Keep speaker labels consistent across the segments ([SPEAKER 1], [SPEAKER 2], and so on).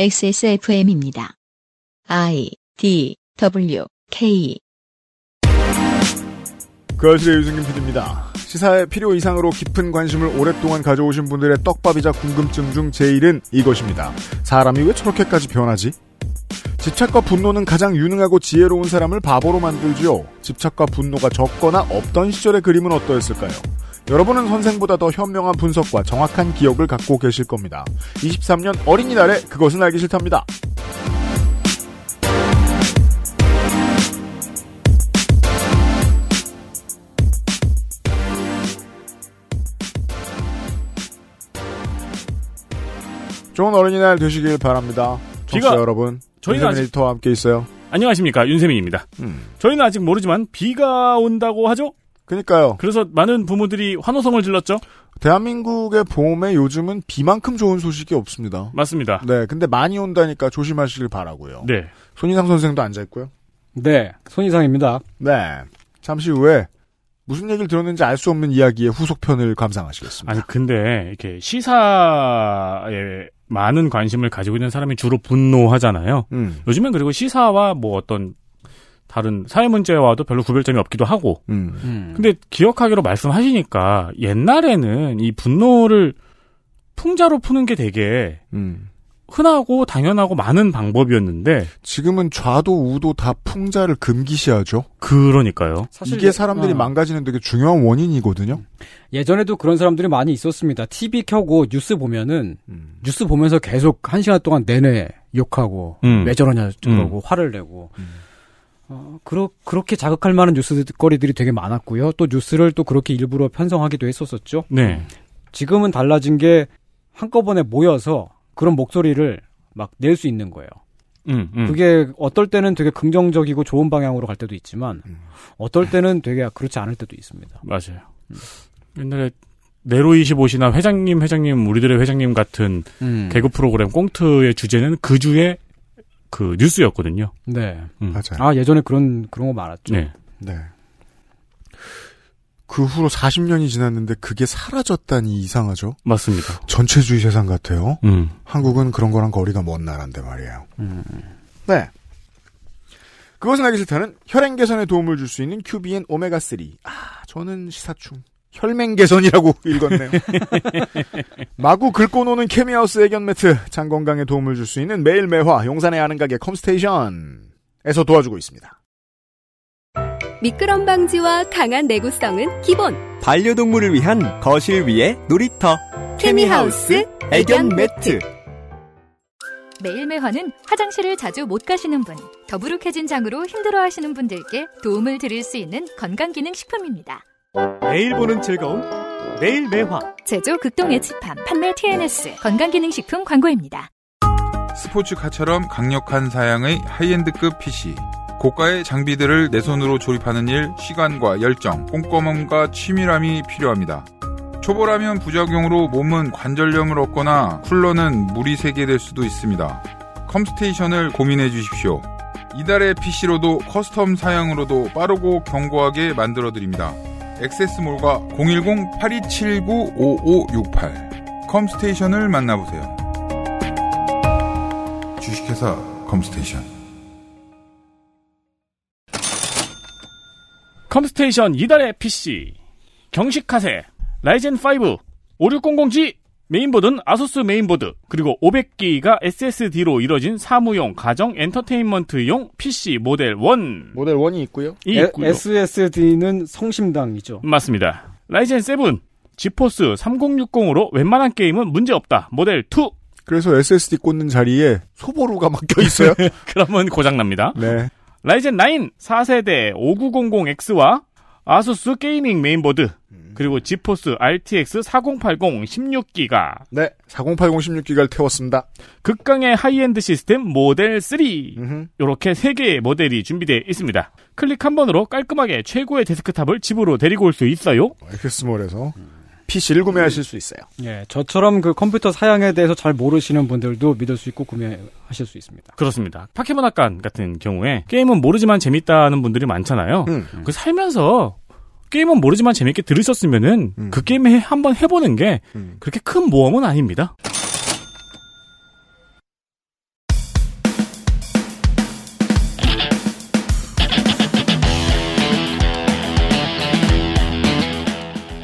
[SPEAKER 1] XSFM입니다. I D W K
[SPEAKER 2] 그아실의 유승균 PD입니다. 시사에 필요 이상으로 깊은 관심을 오랫동안 가져오신 분들의 떡밥이자 궁금증 중 제일은 이것입니다. 사람이 왜 저렇게까지 변하지? 집착과 분노는 가장 유능하고 지혜로운 사람을 바보로 만들지요. 집착과 분노가 적거나 없던 시절의 그림은 어떠했을까요? 여러분은 선생보다 더 현명한 분석과 정확한 기억을 갖고 계실 겁니다. 23년 어린이날에 그것은 알기 싫답니다. 좋은 어린이날 되시길 바랍니다.
[SPEAKER 3] 비가-
[SPEAKER 2] 청취자 여러분,
[SPEAKER 3] 저희가
[SPEAKER 2] 저희가
[SPEAKER 3] 아직-
[SPEAKER 2] 에디터와 함께 있어요.
[SPEAKER 3] 안녕하십니까 윤세민입니다.
[SPEAKER 2] 음.
[SPEAKER 3] 저희는 아직 모르지만 비가 온다고 하죠.
[SPEAKER 2] 그니까요.
[SPEAKER 3] 그래서 많은 부모들이 환호성을 질렀죠.
[SPEAKER 2] 대한민국의 봄에 요즘은 비만큼 좋은 소식이 없습니다.
[SPEAKER 3] 맞습니다.
[SPEAKER 2] 네, 근데 많이 온다니까 조심하시길 바라고요.
[SPEAKER 3] 네.
[SPEAKER 2] 손희상 선생도 앉아 있고요.
[SPEAKER 4] 네, 손이상입니다.
[SPEAKER 2] 네, 잠시 후에 무슨 얘기를 들었는지 알 수 없는 이야기의 후속편을 감상하시겠습니다.
[SPEAKER 3] 아니 근데 이렇게 시사에 많은 관심을 가지고 있는 사람이 주로 분노하잖아요.
[SPEAKER 2] 음,
[SPEAKER 3] 요즘엔 그리고 시사와 뭐 어떤 다른 사회 문제와도 별로 구별점이 없기도 하고.
[SPEAKER 2] 음,
[SPEAKER 3] 근데 기억하기로 말씀하시니까 옛날에는 이 분노를 풍자로 푸는 게 되게
[SPEAKER 2] 음.
[SPEAKER 3] 흔하고 당연하고 많은 방법이었는데
[SPEAKER 2] 지금은 좌도 우도 다 풍자를 금기시하죠.
[SPEAKER 3] 그러니까요.
[SPEAKER 2] 이게
[SPEAKER 4] 어.
[SPEAKER 2] 사람들이 망가지는 되게 중요한 원인이거든요.
[SPEAKER 4] 예전에도 그런 사람들이 많이 있었습니다. TV 켜고 뉴스 보면은
[SPEAKER 2] 음.
[SPEAKER 4] 뉴스 보면서 계속 한 시간 동안 내내 욕하고
[SPEAKER 3] 음.
[SPEAKER 4] 왜 저러냐 그러고 화를 내고 어, 그러, 그렇게 자극할 만한 뉴스거리들이 되게 많았고요. 또 뉴스를 또 그렇게 일부러 편성하기도 했었었죠.
[SPEAKER 3] 네.
[SPEAKER 4] 지금은 달라진 게 한꺼번에 모여서 그런 목소리를 막 낼 수 있는 거예요.
[SPEAKER 3] 음, 음.
[SPEAKER 4] 그게 어떨 때는 되게 긍정적이고 좋은 방향으로 갈 때도 있지만
[SPEAKER 3] 음.
[SPEAKER 4] 어떨 때는 되게 그렇지 않을 때도 있습니다.
[SPEAKER 3] 맞아요. 음. 옛날에 네로 25시나 회장님, 회장님, 우리들의 회장님 같은
[SPEAKER 2] 음.
[SPEAKER 3] 개그 프로그램 꽁트의 주제는 그 주에 그 뉴스였거든요.
[SPEAKER 4] 네.
[SPEAKER 3] 음.
[SPEAKER 2] 맞아요.
[SPEAKER 4] 아 예전에 그런 그런 거 많았죠.
[SPEAKER 3] 네.
[SPEAKER 2] 네. 그 후로 40년이 지났는데 그게 사라졌다니 이상하죠.
[SPEAKER 3] 맞습니다.
[SPEAKER 2] 전체주의 세상 같아요.
[SPEAKER 3] 음.
[SPEAKER 2] 한국은 그런 거랑 거리가 먼 나라인데 말이에요. 네. 그것은 알기 싫다는 혈행 개선에 도움을 줄 수 있는 큐비엔 오메가3. 아, 저는 시사충. 혈맹 개선이라고 읽었네요. 마구 긁고 노는 케미하우스 애견 매트. 장 건강에 도움을 줄 수 있는 매일 매화 용산의 아는 가게 컴스테이션에서 도와주고 있습니다.
[SPEAKER 5] 미끄럼 방지와 강한 내구성은 기본
[SPEAKER 6] 반려동물을 위한 거실 위에 놀이터
[SPEAKER 5] 케미하우스
[SPEAKER 6] 애견 매트
[SPEAKER 7] 매일매화는 화장실을 자주 못 가시는 분, 더부룩해진 장으로 힘들어하시는 분들께 도움을 드릴 수 있는 건강기능식품입니다.
[SPEAKER 6] 매일 보는 즐거움 매일 매화
[SPEAKER 7] 제조 극동의 집함, 판매 TNS, 건강기능식품 광고입니다.
[SPEAKER 8] 스포츠카처럼 강력한 사양의 하이엔드급 PC. 고가의 장비들을 내 손으로 조립하는 일, 시간과 열정, 꼼꼼함과 치밀함이 필요합니다. 초보라면 부작용으로 몸은 관절염을 얻거나 쿨러는 물이 새게 될 수도 있습니다. 컴스테이션을 고민해 주십시오. 이달의 PC로도 커스텀 사양으로도 빠르고 견고하게 만들어 드립니다. 액세스몰과 010-8279-5568 컴스테이션을 만나보세요. 주식회사 컴스테이션
[SPEAKER 3] 컴스테이션 이달의 PC. 경식카세. 라이젠 5. 5600G. 메인보드는 아수스 메인보드. 그리고 500기가 SSD로 이뤄진 사무용 가정 엔터테인먼트용 PC 모델 1이
[SPEAKER 2] 모델 1이 있고요.
[SPEAKER 3] 있고요.
[SPEAKER 4] SSD는 성심당이죠.
[SPEAKER 3] 맞습니다. 라이젠 7, 지포스 3060으로 웬만한 게임은 문제없다. 모델 2.
[SPEAKER 2] 그래서 SSD 꽂는 자리에 소보루가 막혀 있어요.
[SPEAKER 3] 그러면 고장납니다.
[SPEAKER 2] 네.
[SPEAKER 3] 라이젠 9, 4세대 5900X와 아수스 게이밍 메인보드. 그리고 지포스 RTX 4080 16기가.
[SPEAKER 2] 네. 4080 16기가를 태웠습니다.
[SPEAKER 3] 극강의 하이엔드 시스템 모델 3.
[SPEAKER 2] 음흠.
[SPEAKER 3] 이렇게 3개의 모델이 준비되어 있습니다. 클릭 한 번으로 깔끔하게 최고의 데스크탑을 집으로 데리고 올 수 있어요.
[SPEAKER 2] 엑스몰에서 PC를 구매하실 수 있어요.
[SPEAKER 4] 예, 저처럼 그 컴퓨터 사양에 대해서 잘 모르시는 분들도 믿을 수 있고 구매하실 수 있습니다.
[SPEAKER 3] 그렇습니다. 파켓몬 학관 같은 경우에 게임은 모르지만 재밌다는 분들이 많잖아요.
[SPEAKER 2] 음.
[SPEAKER 3] 그 살면서 게임은 모르지만 재밌게 들으셨으면은
[SPEAKER 2] 음.
[SPEAKER 3] 그 게임 해- 한번 해보는 게
[SPEAKER 2] 음.
[SPEAKER 3] 그렇게 큰 모험은 아닙니다.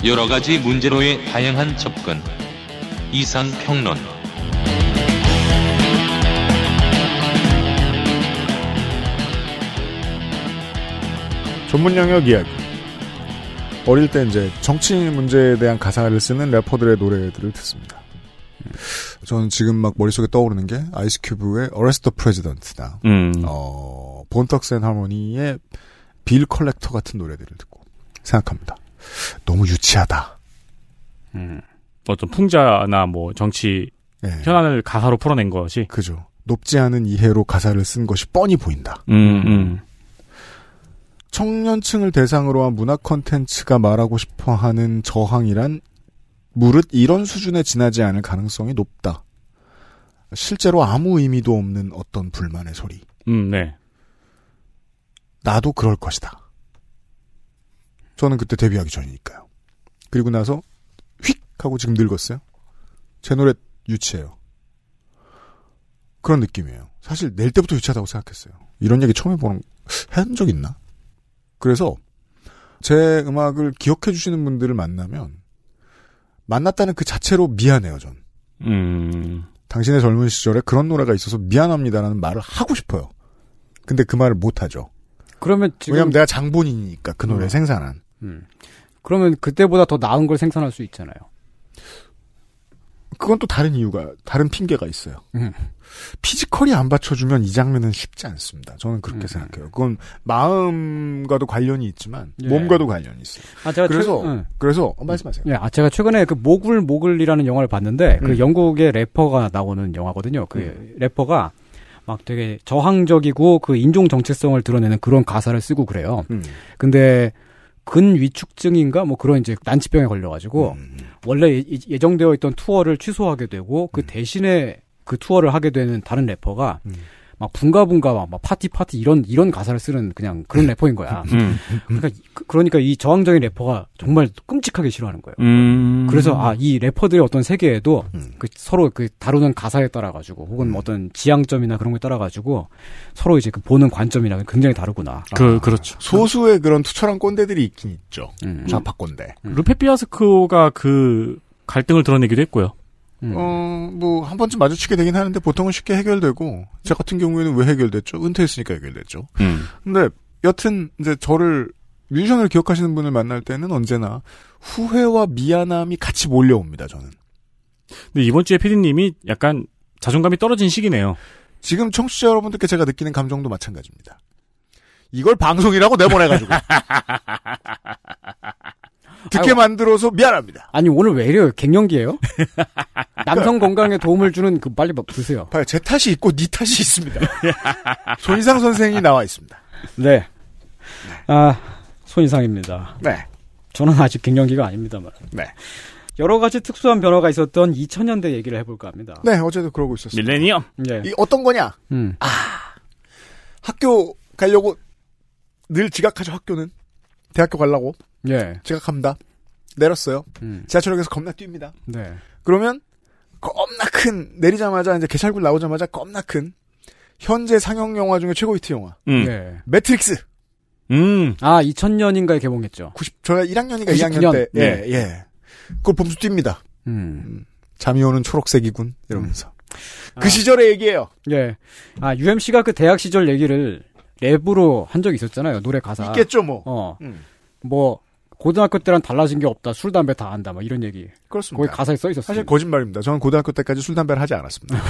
[SPEAKER 9] 여러 가지 문제로의 다양한 접근. 이상 평론.
[SPEAKER 2] 전문 영역 이야기. 어릴 때 이제 정치인 문제에 대한 가사를 쓰는 래퍼들의 노래들을 듣습니다. 저는 지금 막 머릿속에 떠오르는 게 아이스큐브의 Arrest the President나
[SPEAKER 3] 음.
[SPEAKER 2] 어, 본턱센 할머니의 빌 컬렉터 같은 노래들을 듣고 생각합니다. 너무 유치하다.
[SPEAKER 3] 음. 어떤 풍자나 뭐 정치
[SPEAKER 2] 예.
[SPEAKER 3] 현안을 가사로 풀어낸 것이.
[SPEAKER 2] 그죠. 높지 않은 이해로 가사를 쓴 것이 뻔히 보인다.
[SPEAKER 3] 음, 음.
[SPEAKER 2] 청년층을 대상으로 한 문화 콘텐츠가 말하고 싶어 하는 저항이란 무릇 이런 수준에 지나지 않을 가능성이 높다. 실제로 아무 의미도 없는 어떤 불만의 소리.
[SPEAKER 3] 음, 네.
[SPEAKER 2] 나도 그럴 것이다. 저는 그때 데뷔하기 전이니까요. 그리고 나서 휙 하고 지금 늙었어요. 제 노래 유치해요. 그런 느낌이에요. 사실 낼 때부터 유치하다고 생각했어요. 이런 얘기 처음 해보는 한 적 있나? 그래서 제 음악을 기억해 주시는 분들을 만나면 만났다는 그 자체로 미안해요. 전
[SPEAKER 3] 음.
[SPEAKER 2] 당신의 젊은 시절에 그런 노래가 있어서 미안합니다라는 말을 하고 싶어요. 근데 그 말을 못 하죠.
[SPEAKER 4] 그러면 지금
[SPEAKER 2] 왜냐면 내가 장본인이니까 그 노래 를
[SPEAKER 4] 음.
[SPEAKER 2] 생산한.
[SPEAKER 4] 음. 그러면 그때보다 더 나은 걸 생산할 수 있잖아요.
[SPEAKER 2] 그건 또 다른 이유가 다른 핑계가 있어요.
[SPEAKER 4] 음.
[SPEAKER 2] 피지컬이 안 받쳐주면 이 장면은 쉽지 않습니다. 저는 그렇게
[SPEAKER 4] 음.
[SPEAKER 2] 생각해요. 그건 마음과도 관련이 있지만
[SPEAKER 4] 예.
[SPEAKER 2] 몸과도 관련이 있어요.
[SPEAKER 4] 아 제가
[SPEAKER 2] 그래서
[SPEAKER 4] 최, 응.
[SPEAKER 2] 그래서 어, 말씀하세요.
[SPEAKER 4] 예, 아 제가 최근에 그 모글 모글이라는 영화를 봤는데
[SPEAKER 2] 음.
[SPEAKER 4] 그 영국의 래퍼가 나오는 영화거든요. 그 래퍼가 막 되게 저항적이고 그 인종 정체성을 드러내는 그런 가사를 쓰고 그래요.
[SPEAKER 2] 음.
[SPEAKER 4] 근데 근위축증인가 뭐 그런 이제 난치병에 걸려가지고
[SPEAKER 2] 음.
[SPEAKER 4] 원래 예- 예정되어 있던 투어를 취소하게 되고 그 대신에 그 투어를 하게 되는 다른 래퍼가
[SPEAKER 2] 음.
[SPEAKER 4] 막 붕가붕가 막, 막 파티 파티 이런 이런 가사를 쓰는 그냥 그런 래퍼인 거야.
[SPEAKER 3] 음.
[SPEAKER 4] 그러니까 이- 그- 그러니까 이 저항적인 래퍼가 정말 끔찍하게 싫어하는 거예요.
[SPEAKER 3] 음.
[SPEAKER 4] 그래서 아 이 래퍼들의 어떤 세계에도
[SPEAKER 2] 음.
[SPEAKER 4] 그 서로 그 다루는 가사에 따라 가지고 혹은 뭐 어떤 지향점이나 그런 거에 따라 가지고 서로 이제 그 보는 관점이나 굉장히 다르구나.
[SPEAKER 3] 그, 그렇죠.
[SPEAKER 2] 소수의 그런 투철한 꼰대들이 있긴 있죠.
[SPEAKER 4] 음.
[SPEAKER 2] 좌파 꼰대.
[SPEAKER 3] 루페 피아스코가 그 갈등을 드러내기도 했고요.
[SPEAKER 4] 음.
[SPEAKER 2] 어, 뭐, 한 번쯤 마주치게 되긴 하는데 보통은 쉽게 해결되고, 저 같은 경우에는 왜 해결됐죠? 은퇴했으니까 해결됐죠.
[SPEAKER 3] 음.
[SPEAKER 2] 근데, 여튼, 이제 저를, 뮤지션을 기억하시는 분을 만날 때는 언제나 후회와 미안함이 같이 몰려옵니다, 저는.
[SPEAKER 3] 근데 이번 주에 피디님이 약간 자존감이 떨어진 시기네요.
[SPEAKER 2] 지금 청취자 여러분들께 제가 느끼는 감정도 마찬가지입니다. 이걸 방송이라고 내보내가지고. 듣게
[SPEAKER 4] 아이고.
[SPEAKER 2] 만들어서 미안합니다.
[SPEAKER 4] 아니 오늘 왜 이래요? 갱년기예요? 남성 건강에 도움을 주는 그 빨리 막 드세요.
[SPEAKER 2] 봐요, 제 탓이 있고 니 탓이 있습니다. 손희상 선생이 나와 있습니다.
[SPEAKER 4] 네. 아 손이상입니다.
[SPEAKER 2] 네.
[SPEAKER 4] 저는 아직 갱년기가 아닙니다만.
[SPEAKER 2] 네.
[SPEAKER 4] 여러 가지 특수한 변화가 있었던 2000년대 얘기를 해볼까 합니다.
[SPEAKER 2] 네, 어제도 그러고 있었어요.
[SPEAKER 3] 밀레니엄.
[SPEAKER 4] 예.
[SPEAKER 2] 네. 이 아. 어떤 거냐?
[SPEAKER 4] 음.
[SPEAKER 2] 학교 가려고 늘 지각하죠, 학교는. 대학교 가려고
[SPEAKER 4] 예.
[SPEAKER 2] 지각합니다. 내렸어요.
[SPEAKER 4] 음.
[SPEAKER 2] 지하철역에서 겁나 뜁니다.
[SPEAKER 4] 네.
[SPEAKER 2] 그러면 겁나 큰 내리자마자 이제 개찰굴 나오자마자 겁나 큰 현재 상영 영화 중에 최고 히트 영화
[SPEAKER 3] 음.
[SPEAKER 4] 예.
[SPEAKER 2] 매트릭스
[SPEAKER 3] 음.
[SPEAKER 4] 아 2000년인가에 개봉했죠.
[SPEAKER 2] 90 제가 1학년인가
[SPEAKER 4] 99
[SPEAKER 2] 2학년 때
[SPEAKER 3] 년.
[SPEAKER 2] 예, 예. 그걸 봄수 뜁니다.
[SPEAKER 4] 음.
[SPEAKER 2] 잠이 오는 초록색이군 이러면서 그 시절의 얘기예요.
[SPEAKER 4] 예. 아, UMC가 그 대학 시절 얘기를 랩으로 한 적이 있었잖아요. 노래 가사.
[SPEAKER 2] 있겠죠 뭐.
[SPEAKER 4] 어.
[SPEAKER 2] 음.
[SPEAKER 4] 뭐 고등학교 때랑 달라진 게 없다. 술 담배 다 안다. 막 이런 얘기. 거기
[SPEAKER 2] 그렇습니다.
[SPEAKER 4] 가사에 써 있었어요.
[SPEAKER 2] 사실 거짓말입니다. 저는 고등학교 때까지 술 담배를 하지 않았습니다.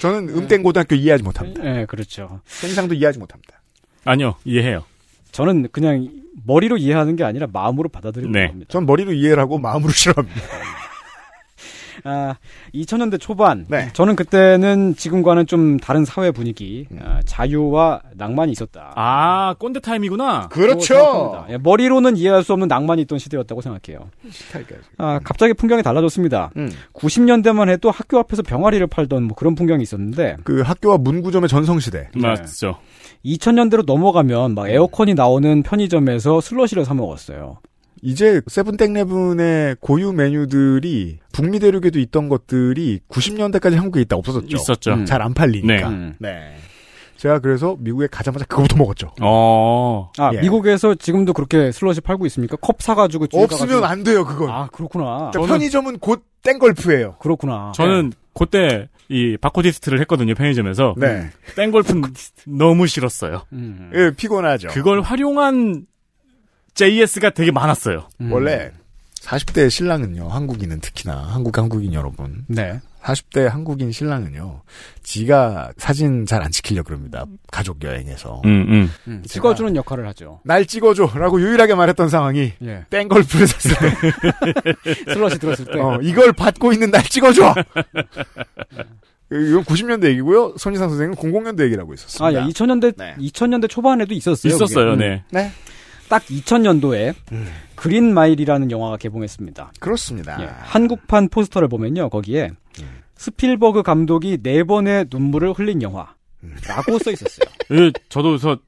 [SPEAKER 2] 저는 음땡 고등학교 이해하지 못합니다.
[SPEAKER 4] 예, 그렇죠.
[SPEAKER 2] 생상도 이해하지 못합니다.
[SPEAKER 3] 아니요. 이해해요.
[SPEAKER 4] 저는 그냥 머리로 이해하는 게 아니라 마음으로 받아들이는
[SPEAKER 3] 네.
[SPEAKER 4] 겁니다.
[SPEAKER 2] 전 머리로 이해를 하고 마음으로 싫어합니다.
[SPEAKER 4] 아, 2000년대 초반.
[SPEAKER 2] 네.
[SPEAKER 4] 저는 그때는 지금과는 좀 다른 사회 분위기,
[SPEAKER 2] 음.
[SPEAKER 4] 아, 자유와 낭만이 있었다.
[SPEAKER 3] 아, 꼰대 타임이구나.
[SPEAKER 2] 그렇죠.
[SPEAKER 4] 생각합니다. 예, 머리로는 이해할 수 없는 낭만이 있던 시대였다고 생각해요. 아, 갑자기 풍경이 달라졌습니다.
[SPEAKER 2] 음.
[SPEAKER 4] 90년대만 해도 학교 앞에서 병아리를 팔던 뭐 그런 풍경이 있었는데
[SPEAKER 2] 그 학교와 문구점의 전성시대.
[SPEAKER 3] 네. 맞죠.
[SPEAKER 4] 2000년대로 넘어가면
[SPEAKER 2] 음.
[SPEAKER 4] 막 에어컨이 나오는 편의점에서 슬러시를 사 먹었어요.
[SPEAKER 2] 이제 세븐땡레븐의 고유 메뉴들이 북미 대륙에도 있던 것들이 90년대까지 한국에 있다 없어졌죠.
[SPEAKER 3] 있었죠.
[SPEAKER 4] 음.
[SPEAKER 2] 아. 잘 안 팔리니까.
[SPEAKER 3] 네.
[SPEAKER 4] 음.
[SPEAKER 2] 네. 제가 그래서 미국에 가자마자 그거부터 먹었죠.
[SPEAKER 3] 어.
[SPEAKER 4] 아
[SPEAKER 2] 예.
[SPEAKER 4] 미국에서 지금도 그렇게 슬러시 팔고 있습니까? 컵 사가지고 쭉
[SPEAKER 2] 없으면
[SPEAKER 4] 가가지고-
[SPEAKER 2] 안 돼요, 그건.
[SPEAKER 4] 아 그렇구나.
[SPEAKER 2] 그러니까 편의점은 곧 땡걸프예요.
[SPEAKER 4] 그렇구나.
[SPEAKER 3] 저는 그때 이 바코디스트를 했거든요 편의점에서
[SPEAKER 2] 네.
[SPEAKER 3] 땡골픈 너무 싫었어요.
[SPEAKER 4] 음.
[SPEAKER 2] 예, 피곤하죠.
[SPEAKER 3] 그걸 활용한 JS가 되게 많았어요.
[SPEAKER 4] 음.
[SPEAKER 2] 원래 40대 신랑은요, 한국인은 특히나 한국 한국인 여러분,
[SPEAKER 4] 네.
[SPEAKER 2] 40대 한국인 신랑은요, 지가 사진 잘 안 찍히려 그럽니다. 가족 여행에서
[SPEAKER 3] 음, 음.
[SPEAKER 4] 음, 찍어주는 역할을 하죠.
[SPEAKER 2] 날 찍어줘라고 유일하게 말했던 상황이
[SPEAKER 4] 예.
[SPEAKER 2] 땡걸프를 샀을 때,
[SPEAKER 4] 슬러시 들었을 때.
[SPEAKER 2] 어, 이걸 받고 있는 날 찍어줘. 이건 90년대 얘기고요. 손희상 선생은 00년대 얘기라고 있었습니다.
[SPEAKER 4] 아, 예. 2000년대
[SPEAKER 2] 네.
[SPEAKER 4] 2000년대 초반에도 있었어요. 그게.
[SPEAKER 3] 있었어요,
[SPEAKER 4] 음.
[SPEAKER 3] 네.
[SPEAKER 2] 네,
[SPEAKER 4] 딱 2000년도에 그린 마일이라는 영화가 개봉했습니다.
[SPEAKER 2] 그렇습니다.
[SPEAKER 4] 예, 한국판 포스터를 보면요, 거기에 스필버그 감독이 네 번의 눈물을 흘린 영화라고 써 있었어요.
[SPEAKER 3] 예, 저도 저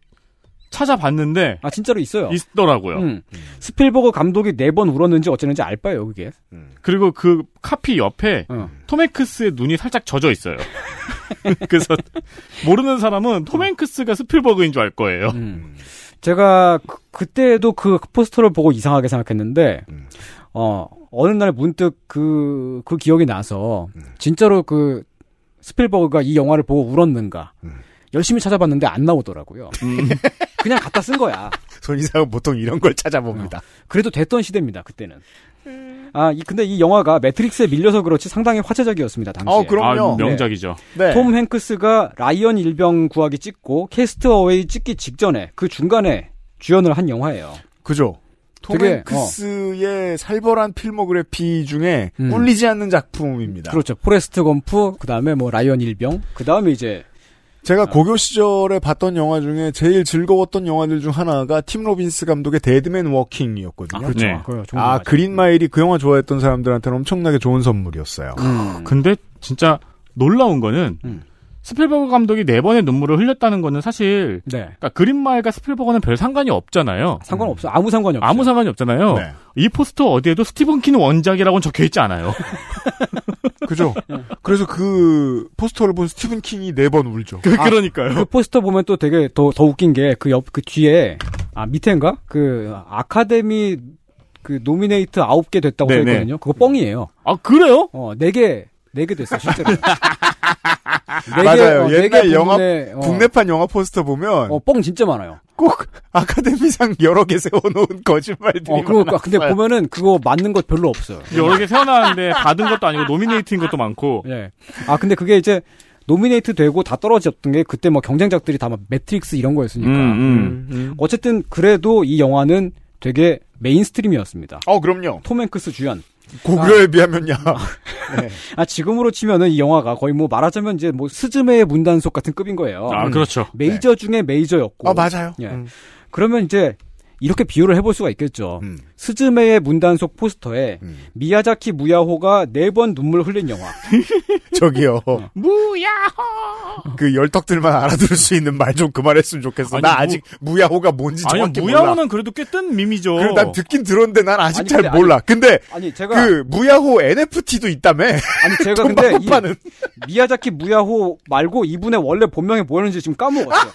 [SPEAKER 3] 찾아봤는데
[SPEAKER 4] 아 진짜로 있어요.
[SPEAKER 3] 있더라고요.
[SPEAKER 4] 음. 스필버그 감독이 네 번 울었는지 어쨌는지 알 바예요, 그게.
[SPEAKER 3] 그리고 그 카피 옆에
[SPEAKER 4] 어.
[SPEAKER 3] 톰 행크스의 눈이 살짝 젖어 있어요. 그래서 모르는 사람은 톰 행크스가 스필버그인 줄 알 거예요.
[SPEAKER 4] 음. 제가 그, 그때도 그 포스터를 보고 이상하게 생각했는데
[SPEAKER 2] 음.
[SPEAKER 4] 어 어느 날 문득 그그 기억이 나서
[SPEAKER 2] 음.
[SPEAKER 4] 진짜로 그 스필버그가 이 영화를 보고 울었는가
[SPEAKER 2] 음.
[SPEAKER 4] 열심히 찾아봤는데 안 나오더라고요. 음. 그냥 갖다 쓴 거야.
[SPEAKER 2] 손희상은 보통 이런 걸 찾아봅니다.
[SPEAKER 4] 그래도 됐던 시대입니다 그때는. 아, 이- 근데 이 영화가 매트릭스에 밀려서 그렇지 상당히 화제적이었습니다 당시에.
[SPEAKER 2] 어, 그럼요.
[SPEAKER 3] 아, 명작이죠.
[SPEAKER 2] 네.
[SPEAKER 4] 톰 행크스가 라이언 일병 구하기 찍고 캐스트 어웨이 찍기 직전에 그 중간에 주연을 한 영화예요.
[SPEAKER 2] 그죠. 톰
[SPEAKER 4] 되게,
[SPEAKER 2] 행크스의 살벌한 필모그래피 중에
[SPEAKER 4] 음.
[SPEAKER 2] 꿀리지 않는 작품입니다.
[SPEAKER 4] 그렇죠. 포레스트 검프, 그 다음에 뭐 라이언 일병, 그 다음에 이제
[SPEAKER 2] 제가 고교 시절에 봤던 영화 중에 제일 즐거웠던 영화들 중 하나가 팀 로빈스 감독의 데드맨 워킹이었거든요.
[SPEAKER 3] 그렇죠. 네.
[SPEAKER 4] 그거 좋은 거
[SPEAKER 2] 아,
[SPEAKER 4] 맞아요.
[SPEAKER 2] 그린마일이 그 영화 좋아했던 사람들한테는 엄청나게 좋은 선물이었어요.
[SPEAKER 4] 음.
[SPEAKER 3] 근데 진짜 놀라운 거는
[SPEAKER 4] 음.
[SPEAKER 3] 스필버그 감독이 네 번의 눈물을 흘렸다는 거는 사실
[SPEAKER 4] 네.
[SPEAKER 3] 그러니까 그린마일과 스필버그는 별 상관이 없잖아요.
[SPEAKER 4] 상관없어. 아무 상관이 없어.
[SPEAKER 3] 아무 상관이 없잖아요.
[SPEAKER 2] 네.
[SPEAKER 3] 이 포스터 어디에도 스티븐 킹 원작이라고는 적혀 있지 않아요.
[SPEAKER 2] 그죠?
[SPEAKER 3] 네.
[SPEAKER 2] 그래서 그 포스터를 본 스티븐 킹이 네 번 울죠.
[SPEAKER 3] 그,
[SPEAKER 4] 아,
[SPEAKER 3] 러니까요
[SPEAKER 4] 그 포스터 보면 또 되게 더, 더 웃긴 게 그 옆, 그 뒤에, 아, 밑에인가? 그 아카데미 그 노미네이트 아홉 개 됐다고
[SPEAKER 3] 네,
[SPEAKER 4] 써있거든요. 그거 뻥이에요.
[SPEAKER 3] 아 그래요?
[SPEAKER 4] 어, 네 개, 네 개 됐어, 실제로. 네
[SPEAKER 2] 맞아요.
[SPEAKER 4] 네
[SPEAKER 2] 옛날
[SPEAKER 4] 개
[SPEAKER 2] 영화,
[SPEAKER 4] 부분에, 어,
[SPEAKER 2] 그 국내판 영화 포스터 보면
[SPEAKER 4] 어, 뻥 진짜 많아요.
[SPEAKER 2] 꼭 아카데미상 여러 개 세워놓은 거짓말들이
[SPEAKER 4] 어, 그리고,
[SPEAKER 2] 많았어요.
[SPEAKER 4] 근데 보면은 그거 맞는 것 별로 없어요.
[SPEAKER 3] 여러 개 세워놨는데 받은 것도 아니고 노미네이트인 것도 많고
[SPEAKER 4] 예. 아 근데 그게 이제 노미네이트 되고 다 떨어졌던 게 그때 뭐 경쟁작들이 다막 매트릭스 이런 거였으니까.
[SPEAKER 3] 음,
[SPEAKER 4] 어쨌든 그래도 이 영화는 되게 메인스트림이었습니다.
[SPEAKER 2] 어, 그럼요.
[SPEAKER 4] 톰 행크스 주연.
[SPEAKER 2] 고교에 비하면야.
[SPEAKER 4] 아 지금으로 치면은 이 영화가 거의 뭐 말하자면 이제 뭐 스즈메의 문단속 같은 급인 거예요. 음.
[SPEAKER 3] 아 그렇죠.
[SPEAKER 4] 메이저 중에 메이저였고.
[SPEAKER 2] 아, 맞아요.
[SPEAKER 4] 예.
[SPEAKER 2] 음.
[SPEAKER 4] 그러면 이제 이렇게 비유를 해볼 수가 있겠죠.
[SPEAKER 2] 음.
[SPEAKER 4] 스즈메의 문단속 포스터에
[SPEAKER 2] 음.
[SPEAKER 4] 미야자키 무야호가 네 번 눈물 흘린 영화.
[SPEAKER 2] 저기요.
[SPEAKER 4] 음.
[SPEAKER 2] 무야호! 그 열덕들만 알아들을 수 있는 말 좀 그만했으면 좋겠어.
[SPEAKER 3] 아니,
[SPEAKER 2] 나
[SPEAKER 3] 무-
[SPEAKER 2] 아직 무야호가 뭔지
[SPEAKER 3] 아니
[SPEAKER 2] 정확히 몰라.
[SPEAKER 3] 무야호는 뭐- 그래도 꽤 뜬 밈이죠.
[SPEAKER 2] 그래, 난 듣긴 들었는데 난 아직
[SPEAKER 4] 아니,
[SPEAKER 2] 잘
[SPEAKER 4] 근데 아니-
[SPEAKER 2] 몰라. 근데
[SPEAKER 4] 아니 제가
[SPEAKER 2] 그 무야호 NFT도 있다며.
[SPEAKER 4] 아니 제가
[SPEAKER 2] 돈
[SPEAKER 4] 근데
[SPEAKER 2] 받고
[SPEAKER 4] 이
[SPEAKER 2] 파는.
[SPEAKER 4] 미야자키 무야호 말고 이분의 원래 본명이 뭐였는지 지금 까먹었어요.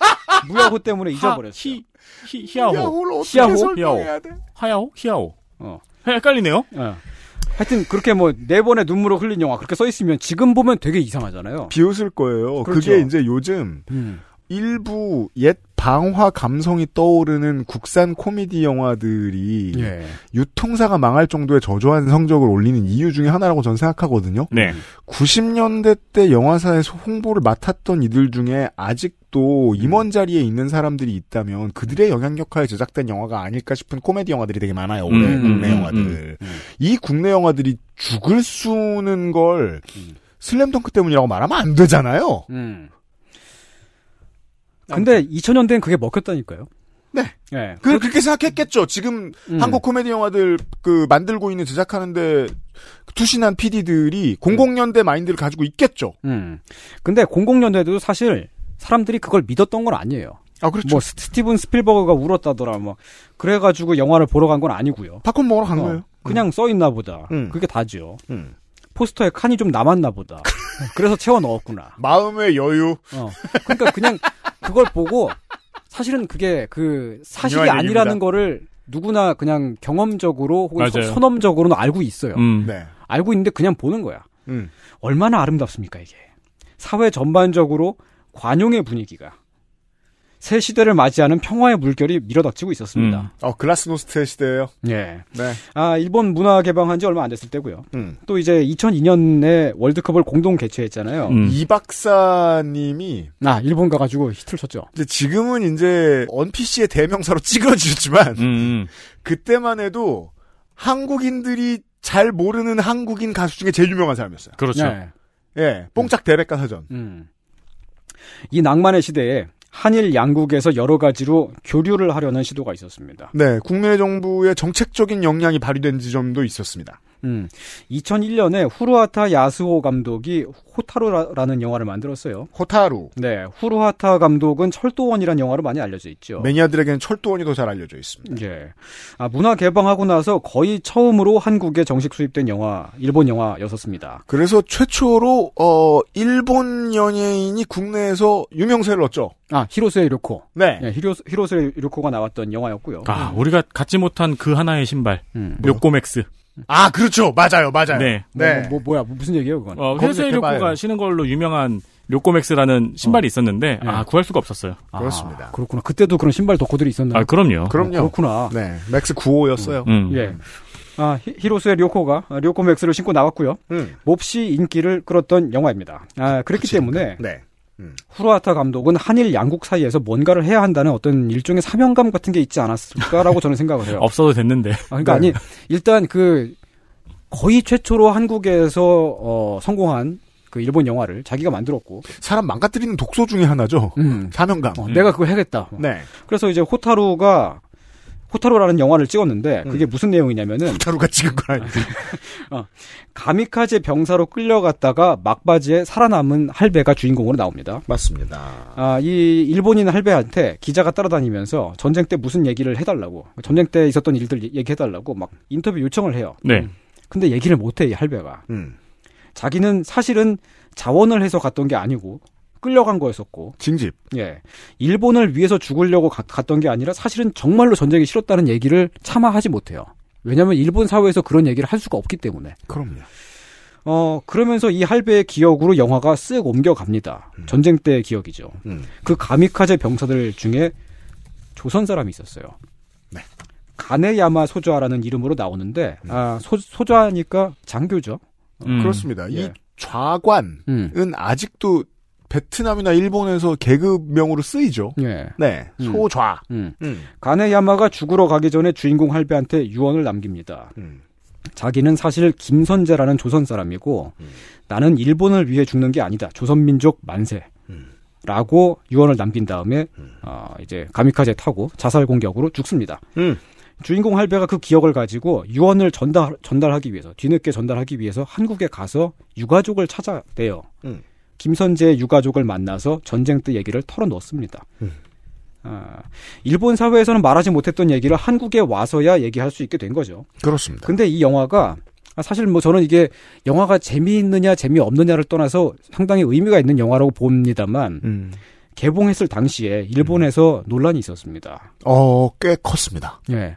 [SPEAKER 4] 무야호 때문에 잊어버렸어요.
[SPEAKER 3] 히, 히, 히야호.
[SPEAKER 2] 어떻게
[SPEAKER 4] 히야호?
[SPEAKER 2] 설명해야 돼?
[SPEAKER 3] 하야호? 히야호.
[SPEAKER 4] 어.
[SPEAKER 3] 헷갈리네요.
[SPEAKER 4] 예. 하여튼 그렇게 뭐 네 번의 눈물을 흘린 영화 그렇게 써 있으면 지금 보면 되게 이상하잖아요.
[SPEAKER 2] 비웃을 거예요. 그
[SPEAKER 4] 그렇죠.
[SPEAKER 2] 게 이제 요즘
[SPEAKER 4] 음.
[SPEAKER 2] 일부 옛 방화 감성이 떠오르는 국산 코미디 영화들이
[SPEAKER 4] 예.
[SPEAKER 2] 유통사가 망할 정도의 저조한 성적을 올리는 이유 중에 하나라고 저는 생각하거든요.
[SPEAKER 3] 네.
[SPEAKER 2] 90년대 때 영화사에서 홍보를 맡았던 이들 중에 아직도 임원 자리에 있는 사람들이 있다면 그들의 영향력하에 제작된 영화가 아닐까 싶은 코미디 영화들이 되게 많아요. 올해
[SPEAKER 3] 음,
[SPEAKER 2] 국내
[SPEAKER 3] 음,
[SPEAKER 2] 영화들.
[SPEAKER 3] 음,
[SPEAKER 2] 이 국내 영화들이 죽을 수는 걸 슬램덩크 때문이라고 말하면 안 되잖아요.
[SPEAKER 4] 음. 근데 2000년대엔 그게 먹혔다니까요.
[SPEAKER 2] 네.
[SPEAKER 4] 예.
[SPEAKER 2] 그, 그렇게 생각했겠죠. 지금
[SPEAKER 4] 음.
[SPEAKER 2] 한국 코미디 영화들 그 만들고 있는 제작하는데 투신한 PD들이 00년대 마인드를 가지고 있겠죠.
[SPEAKER 4] 음. 근데 00년대도 사실 사람들이 그걸 믿었던 건 아니에요.
[SPEAKER 2] 아 그렇죠.
[SPEAKER 4] 뭐 스티븐 스필버그가 울었다더라 뭐 그래가지고 영화를 보러 간 건 아니고요.
[SPEAKER 2] 팝콘 먹으러 간
[SPEAKER 4] 어,
[SPEAKER 2] 거예요.
[SPEAKER 4] 그냥 써 있나 보다.
[SPEAKER 2] 음.
[SPEAKER 4] 그게 다죠.
[SPEAKER 2] 음.
[SPEAKER 4] 포스터에 칸이 좀 남았나 보다. 그래서 채워 넣었구나.
[SPEAKER 2] 마음의 음. 여유.
[SPEAKER 4] 어. 그러니까 그냥 그걸 보고 사실은 그게 그 사실이
[SPEAKER 2] 중요한
[SPEAKER 4] 아니라는
[SPEAKER 2] 얘기입니다.
[SPEAKER 4] 거를 누구나 그냥 경험적으로 혹은
[SPEAKER 3] 맞아요.
[SPEAKER 4] 선- 선험적으로는 알고 있어요.
[SPEAKER 3] 음.
[SPEAKER 2] 네.
[SPEAKER 4] 알고 있는데 그냥 보는 거야.
[SPEAKER 2] 음.
[SPEAKER 4] 얼마나 아름답습니까 이게. 사회 전반적으로 관용의 분위기가 새 시대를 맞이하는 평화의 물결이 밀어닥치고 있었습니다.
[SPEAKER 2] 어, 글라스노스트의 시대예요
[SPEAKER 4] 예.
[SPEAKER 2] 네.
[SPEAKER 4] 아 일본 문화 개방한 지 얼마 안 됐을 때고요.
[SPEAKER 2] 음.
[SPEAKER 4] 또 이제 2002년에 월드컵을 공동 개최했잖아요.
[SPEAKER 3] 음.
[SPEAKER 2] 이 박사님이
[SPEAKER 4] 아 일본 가가지고 히트를 쳤죠.
[SPEAKER 2] 이제 지금은 이제 언피씨의 대명사로 찌그러지셨지만
[SPEAKER 3] 음, 음.
[SPEAKER 2] 그때만 해도 한국인들이 잘 모르는 한국인 가수 중에 제일 유명한 사람이었어요.
[SPEAKER 3] 그렇죠.
[SPEAKER 4] 네.
[SPEAKER 2] 예, 뽕짝 대백과 사전.
[SPEAKER 4] 음. 이 낭만의 시대에 한일 양국에서 여러 가지로 교류를 하려는 시도가 있었습니다.
[SPEAKER 2] 네, 국내 정부의 정책적인 역량이 발휘된 지점도 있었습니다.
[SPEAKER 4] 음. 2001년에 후루하타 야스오 감독이 호타로라는 영화를 만들었어요.
[SPEAKER 2] 호타루.
[SPEAKER 4] 네, 후루하타 감독은 철도원이라는 영화로 많이 알려져 있죠.
[SPEAKER 2] 매니아들에게는 철도원이 더 잘 알려져 있습니다.
[SPEAKER 4] 예. 아, 문화 개방하고 나서 거의 처음으로 한국에 정식 수입된 영화, 일본 영화였었습니다.
[SPEAKER 2] 그래서 최초로 어 일본 연예인이 국내에서 유명세를 얻죠.
[SPEAKER 4] 아, 히로세 료코.
[SPEAKER 2] 네.
[SPEAKER 4] 예, 히로, 히로세 료코가 나왔던 영화였고요.
[SPEAKER 3] 아, 우리가 갖지 못한 그 하나의 신발.
[SPEAKER 4] 음.
[SPEAKER 2] 뭐요?
[SPEAKER 3] 료꼬맥스.
[SPEAKER 2] 아 그렇죠, 맞아요, 맞아요.
[SPEAKER 3] 네.
[SPEAKER 2] 네.
[SPEAKER 4] 뭐, 뭐, 야 무슨 얘기예요, 그건?
[SPEAKER 3] 어,
[SPEAKER 2] 검색해봐요.
[SPEAKER 3] 회수의 료꼬가 신은 걸로 유명한 료꼬맥스라는
[SPEAKER 4] 어.
[SPEAKER 3] 신발이 있었는데,
[SPEAKER 4] 예.
[SPEAKER 3] 아, 구할 수가 없었어요.
[SPEAKER 2] 그렇습니다.
[SPEAKER 4] 아, 그렇구나. 그때도 그런 신발 덕후들이 있었나요?
[SPEAKER 3] 아, 그럼요.
[SPEAKER 2] 그럼요.
[SPEAKER 4] 어, 네. 그렇구나.
[SPEAKER 2] 네, 맥스 9호였어요.
[SPEAKER 3] 음.
[SPEAKER 4] 예. 아, 히- 히로스의 료코가 아, 료코 맥스를 신고 나왔고요.
[SPEAKER 2] 음.
[SPEAKER 4] 몹시 인기를 끌었던 영화입니다. 아, 그렇기 때문에
[SPEAKER 2] 네.
[SPEAKER 4] 후루하타 감독은 한일 양국 사이에서 뭔가를 해야 한다는 어떤 일종의 사명감 같은 게 있지 않았을까라고 저는 생각을 해요.
[SPEAKER 3] 없어도 됐는데.
[SPEAKER 4] 아, 그러니까
[SPEAKER 2] 네.
[SPEAKER 4] 아니 일단 그 거의 최초로 한국에서 어, 성공한 그 일본 영화를 자기가 만들었고
[SPEAKER 2] 사람 망가뜨리는 독소 중에 하나죠.
[SPEAKER 4] 음,
[SPEAKER 2] 사명감.
[SPEAKER 4] 어, 내가 그걸 해야겠다.
[SPEAKER 2] 네.
[SPEAKER 4] 그래서 이제 호타루가 호타루라는 영화를 찍었는데
[SPEAKER 2] 음.
[SPEAKER 4] 그게 무슨 내용이냐면은
[SPEAKER 2] 호타루가 그 찍은 건 아니고.
[SPEAKER 4] 가미카제 병사로 끌려갔다가 막바지에 살아남은 할배가 주인공으로 나옵니다.
[SPEAKER 2] 맞습니다.
[SPEAKER 4] 아, 이 일본인 할배한테 기자가 따라다니면서 전쟁 때 무슨 얘기를 해달라고, 전쟁 때 있었던 일들 얘- 얘기해달라고 막 인터뷰 요청을 해요.
[SPEAKER 3] 네.
[SPEAKER 4] 근데 얘기를 못해, 이 할배가.
[SPEAKER 2] 음.
[SPEAKER 4] 자기는 사실은 자원을 해서 갔던 게 아니고, 끌려간 거였었고,
[SPEAKER 2] 징집.
[SPEAKER 4] 예. 일본을 위해서 죽으려고 가- 갔던 게 아니라 사실은 정말로 전쟁이 싫었다는 얘기를 차마 하지 못해요. 왜냐면 하 일본 사회에서 그런 얘기를 할 수가 없기 때문에.
[SPEAKER 2] 그럼요.
[SPEAKER 4] 어, 그러면서 이 할배의 기억으로 영화가 쓱 옮겨갑니다. 전쟁 때의 기억이죠.
[SPEAKER 2] 음.
[SPEAKER 4] 그 가미카제 병사들 중에 조선 사람이 있었어요.
[SPEAKER 2] 네. 음.
[SPEAKER 4] 가네야마 소좌라는 이름으로 나오는데, 아, 소, 소좌니까 장교죠.
[SPEAKER 3] 음.
[SPEAKER 2] 그렇습니다. 이
[SPEAKER 4] 예.
[SPEAKER 2] 좌관은
[SPEAKER 4] 음.
[SPEAKER 2] 아직도 베트남이나 일본에서 계급명으로 쓰이죠.
[SPEAKER 4] 예.
[SPEAKER 2] 네.
[SPEAKER 4] 음.
[SPEAKER 2] 소좌.
[SPEAKER 4] 음.
[SPEAKER 2] 음.
[SPEAKER 4] 가네야마가 죽으러 가기 전에 주인공 할배한테 유언을 남깁니다.
[SPEAKER 2] 음.
[SPEAKER 4] 자기는 사실 김선재라는 조선 사람이고, 나는 일본을 위해 죽는 게 아니다. 조선민족 만세.
[SPEAKER 2] 음.
[SPEAKER 4] 라고 유언을 남긴 다음에 아, 이제 가미카제 타고 자살 공격으로 죽습니다.
[SPEAKER 2] 음.
[SPEAKER 4] 주인공 할배가 그 기억을 가지고 유언을 전달 전달하기 위해서 뒤늦게 전달하기 위해서 한국에 가서 유가족을 찾아내요.
[SPEAKER 2] 음.
[SPEAKER 4] 김선재의 유가족을 만나서 전쟁 때 얘기를 털어놓습니다.
[SPEAKER 2] 음.
[SPEAKER 4] 아, 일본 사회에서는 말하지 못했던 얘기를 한국에 와서야 얘기할 수 있게 된 거죠.
[SPEAKER 2] 그렇습니다.
[SPEAKER 4] 근데 이 영화가 아, 사실 뭐 저는 이게 영화가 재미있느냐 재미없느냐를 떠나서 상당히 의미가 있는 영화라고 봅니다만
[SPEAKER 2] 음.
[SPEAKER 4] 개봉했을 당시에 일본에서 논란이 있었습니다.
[SPEAKER 2] 어, 꽤 컸습니다.
[SPEAKER 4] 예.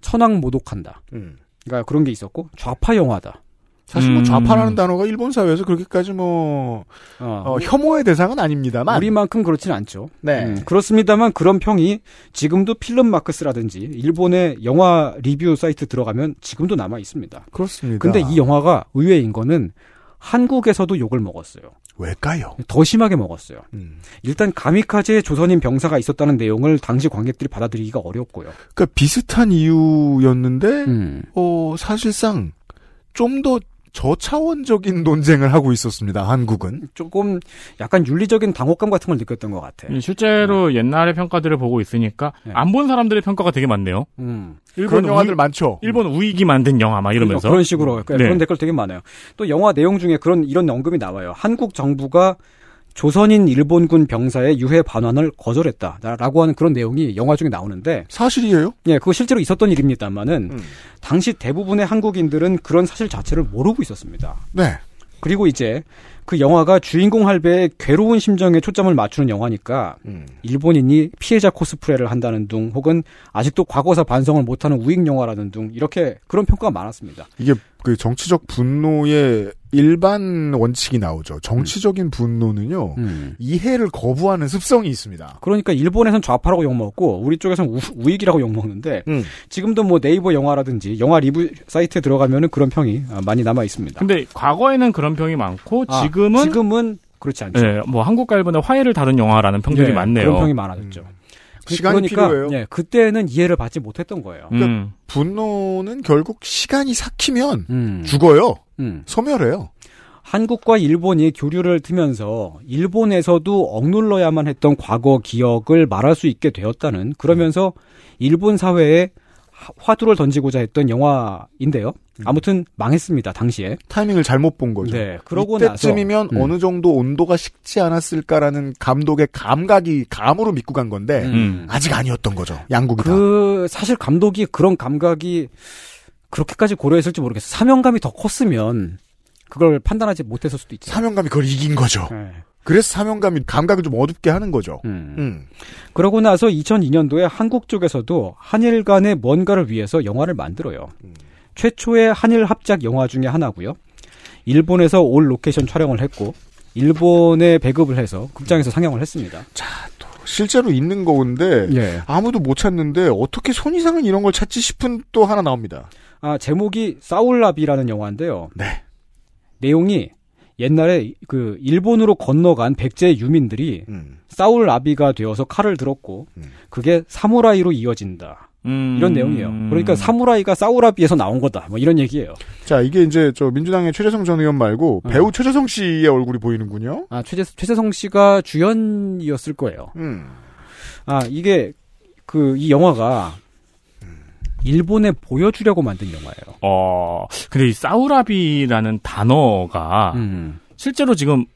[SPEAKER 4] 천황 모독한다. 그러니까 그런 게 있었고 좌파 영화다.
[SPEAKER 2] 사실 뭐
[SPEAKER 3] 음.
[SPEAKER 2] 좌파라는 단어가 일본 사회에서 그렇게까지 뭐
[SPEAKER 4] 어,
[SPEAKER 2] 어, 혐오의 대상은 아닙니다만
[SPEAKER 4] 우리만큼 그렇진 않죠.
[SPEAKER 2] 네.
[SPEAKER 4] 음, 그렇습니다만 그런 평이 지금도 필름 마크스라든지 일본의 영화 리뷰 사이트 들어가면 지금도 남아 있습니다.
[SPEAKER 2] 그렇습니다.
[SPEAKER 4] 근데 이 영화가 의외인 거는 한국에서도 욕을 먹었어요.
[SPEAKER 2] 왜일까요?
[SPEAKER 4] 더 심하게 먹었어요.
[SPEAKER 2] 음.
[SPEAKER 4] 일단 가미카제 조선인 병사가 있었다는 내용을 당시 관객들이 받아들이기가 어렵고요.
[SPEAKER 2] 그러니까 비슷한 이유였는데
[SPEAKER 4] 음.
[SPEAKER 2] 어, 사실상 좀 더 저차원적인 논쟁을 하고 있었습니다. 한국은.
[SPEAKER 4] 조금 약간 윤리적인 당혹감 같은 걸 느꼈던 것 같아.
[SPEAKER 3] 음, 실제로 옛날의 평가들을 보고 있으니까
[SPEAKER 4] 네.
[SPEAKER 3] 안 본 사람들의 평가가 되게 많네요.
[SPEAKER 4] 음.
[SPEAKER 2] 그런
[SPEAKER 3] 일본
[SPEAKER 2] 영화들
[SPEAKER 3] 우익,
[SPEAKER 2] 많죠.
[SPEAKER 3] 일본 우익이 만든 영화 막 이러면서
[SPEAKER 4] 그런 식으로 그러니까
[SPEAKER 3] 네.
[SPEAKER 4] 그런 댓글 되게 많아요. 또 영화 내용 중에 그런 이런 언급이 나와요. 한국 정부가 조선인 일본군 병사의 유해 반환을 거절했다라고 하는 그런 내용이 영화 중에 나오는데
[SPEAKER 2] 사실이에요?
[SPEAKER 4] 예, 그거 실제로 있었던 일입니다만은
[SPEAKER 2] 음.
[SPEAKER 4] 당시 대부분의 한국인들은 그런 사실 자체를 모르고 있었습니다.
[SPEAKER 2] 네.
[SPEAKER 4] 그리고 이제 그 영화가 주인공 할배의 괴로운 심정에 초점을 맞추는 영화니까
[SPEAKER 2] 음.
[SPEAKER 4] 일본인이 피해자 코스프레를 한다는 둥 혹은 아직도 과거사 반성을 못하는 우익 영화라는 둥 이렇게 그런 평가가 많았습니다.
[SPEAKER 2] 이게 그 정치적 분노의 일반 원칙이 나오죠. 정치적인 분노는요. 이해를 거부하는 습성이 있습니다.
[SPEAKER 4] 그러니까 일본에선 좌파라고 욕먹고 우리 쪽에선 우, 우익이라고 욕먹는데
[SPEAKER 2] 음.
[SPEAKER 4] 지금도 뭐 네이버 영화라든지 영화 리뷰 사이트에 들어가면은 그런 평이 아, 많이 남아 있습니다.
[SPEAKER 3] 근데 과거에는 그런 평이 많고
[SPEAKER 4] 아,
[SPEAKER 3] 지금은
[SPEAKER 4] 지금은 그렇지 않죠.
[SPEAKER 3] 예, 뭐 한국 갈보는 화해를 다룬 영화라는 평들이
[SPEAKER 4] 예,
[SPEAKER 3] 많네요. 음.
[SPEAKER 4] 그런 평이 많아졌죠.
[SPEAKER 2] 음. 시간이
[SPEAKER 4] 그러니까,
[SPEAKER 2] 필요해요.
[SPEAKER 4] 예, 그때는 이해를 받지 못했던 거예요. 그러니까
[SPEAKER 3] 음.
[SPEAKER 2] 분노는 결국 시간이 삭히면
[SPEAKER 4] 음.
[SPEAKER 2] 죽어요.
[SPEAKER 4] 음.
[SPEAKER 2] 소멸해요.
[SPEAKER 4] 한국과 일본이 교류를 트면서 일본에서도 억눌러야만 했던 과거 기억을 말할 수 있게 되었다는 그러면서 일본 사회에 화- 화두를 던지고자 했던 영화인데요.
[SPEAKER 2] 음.
[SPEAKER 4] 아무튼 망했습니다 당시에.
[SPEAKER 2] 타이밍을 잘못 본 거죠.
[SPEAKER 4] 네. 그러고
[SPEAKER 2] 이때쯤이면
[SPEAKER 4] 나서, 음.
[SPEAKER 2] 어느 정도 온도가 식지 않았을까라는 감독의 감각이 감으로 믿고 간 건데
[SPEAKER 3] 음.
[SPEAKER 2] 아직 아니었던 거죠. 양국이다.
[SPEAKER 4] 그 사실 감독이 그런 감각이 그렇게까지 고려했을지 모르겠어요. 사명감이 더 컸으면 그걸 판단하지 못했을 수도 있죠.
[SPEAKER 2] 사명감이 그걸 이긴 거죠.
[SPEAKER 4] 네.
[SPEAKER 2] 그래서 사명감이 감각을 좀 어둡게 하는 거죠.
[SPEAKER 4] 음.
[SPEAKER 2] 음.
[SPEAKER 4] 그러고 나서 2002년도에 한국 쪽에서도 한일 간의 뭔가를 위해서 영화를 만들어요.
[SPEAKER 2] 음.
[SPEAKER 4] 최초의 한일 합작 영화 중에 하나고요. 일본에서 올 로케이션 촬영을 했고 일본에 배급을 해서 극장에서 상영을 했습니다.
[SPEAKER 2] 실제로 있는 거인데
[SPEAKER 4] 예.
[SPEAKER 2] 아무도 못 찾는데 어떻게 손이상은 이런 걸 찾지 싶은 또 하나 나옵니다.
[SPEAKER 4] 아, 제목이 싸울라비라는 영화인데요.
[SPEAKER 2] 네.
[SPEAKER 4] 내용이 옛날에 그 일본으로 건너간 백제 유민들이
[SPEAKER 2] 음.
[SPEAKER 4] 싸울라비가 되어서 칼을 들었고
[SPEAKER 2] 음.
[SPEAKER 4] 그게 사무라이로 이어진다.
[SPEAKER 3] 음.
[SPEAKER 4] 이런 내용이에요. 그러니까 사무라이가 싸우라비에서 나온 거다. 뭐 이런 얘기예요.
[SPEAKER 2] 자 이게 이제 저 민주당의 최재성 전 의원 말고
[SPEAKER 4] 음.
[SPEAKER 2] 배우 최재성 씨의 얼굴이 보이는군요.
[SPEAKER 4] 아, 최재, 최재성 씨가 주연이었을 거예요.
[SPEAKER 2] 음.
[SPEAKER 4] 아, 이게, 그, 이 영화가, 일본에 보여주려고 만든 영화예요.
[SPEAKER 3] 어, 근데 이 사우라비라는 단어가
[SPEAKER 4] 음.
[SPEAKER 3] 실제로 지금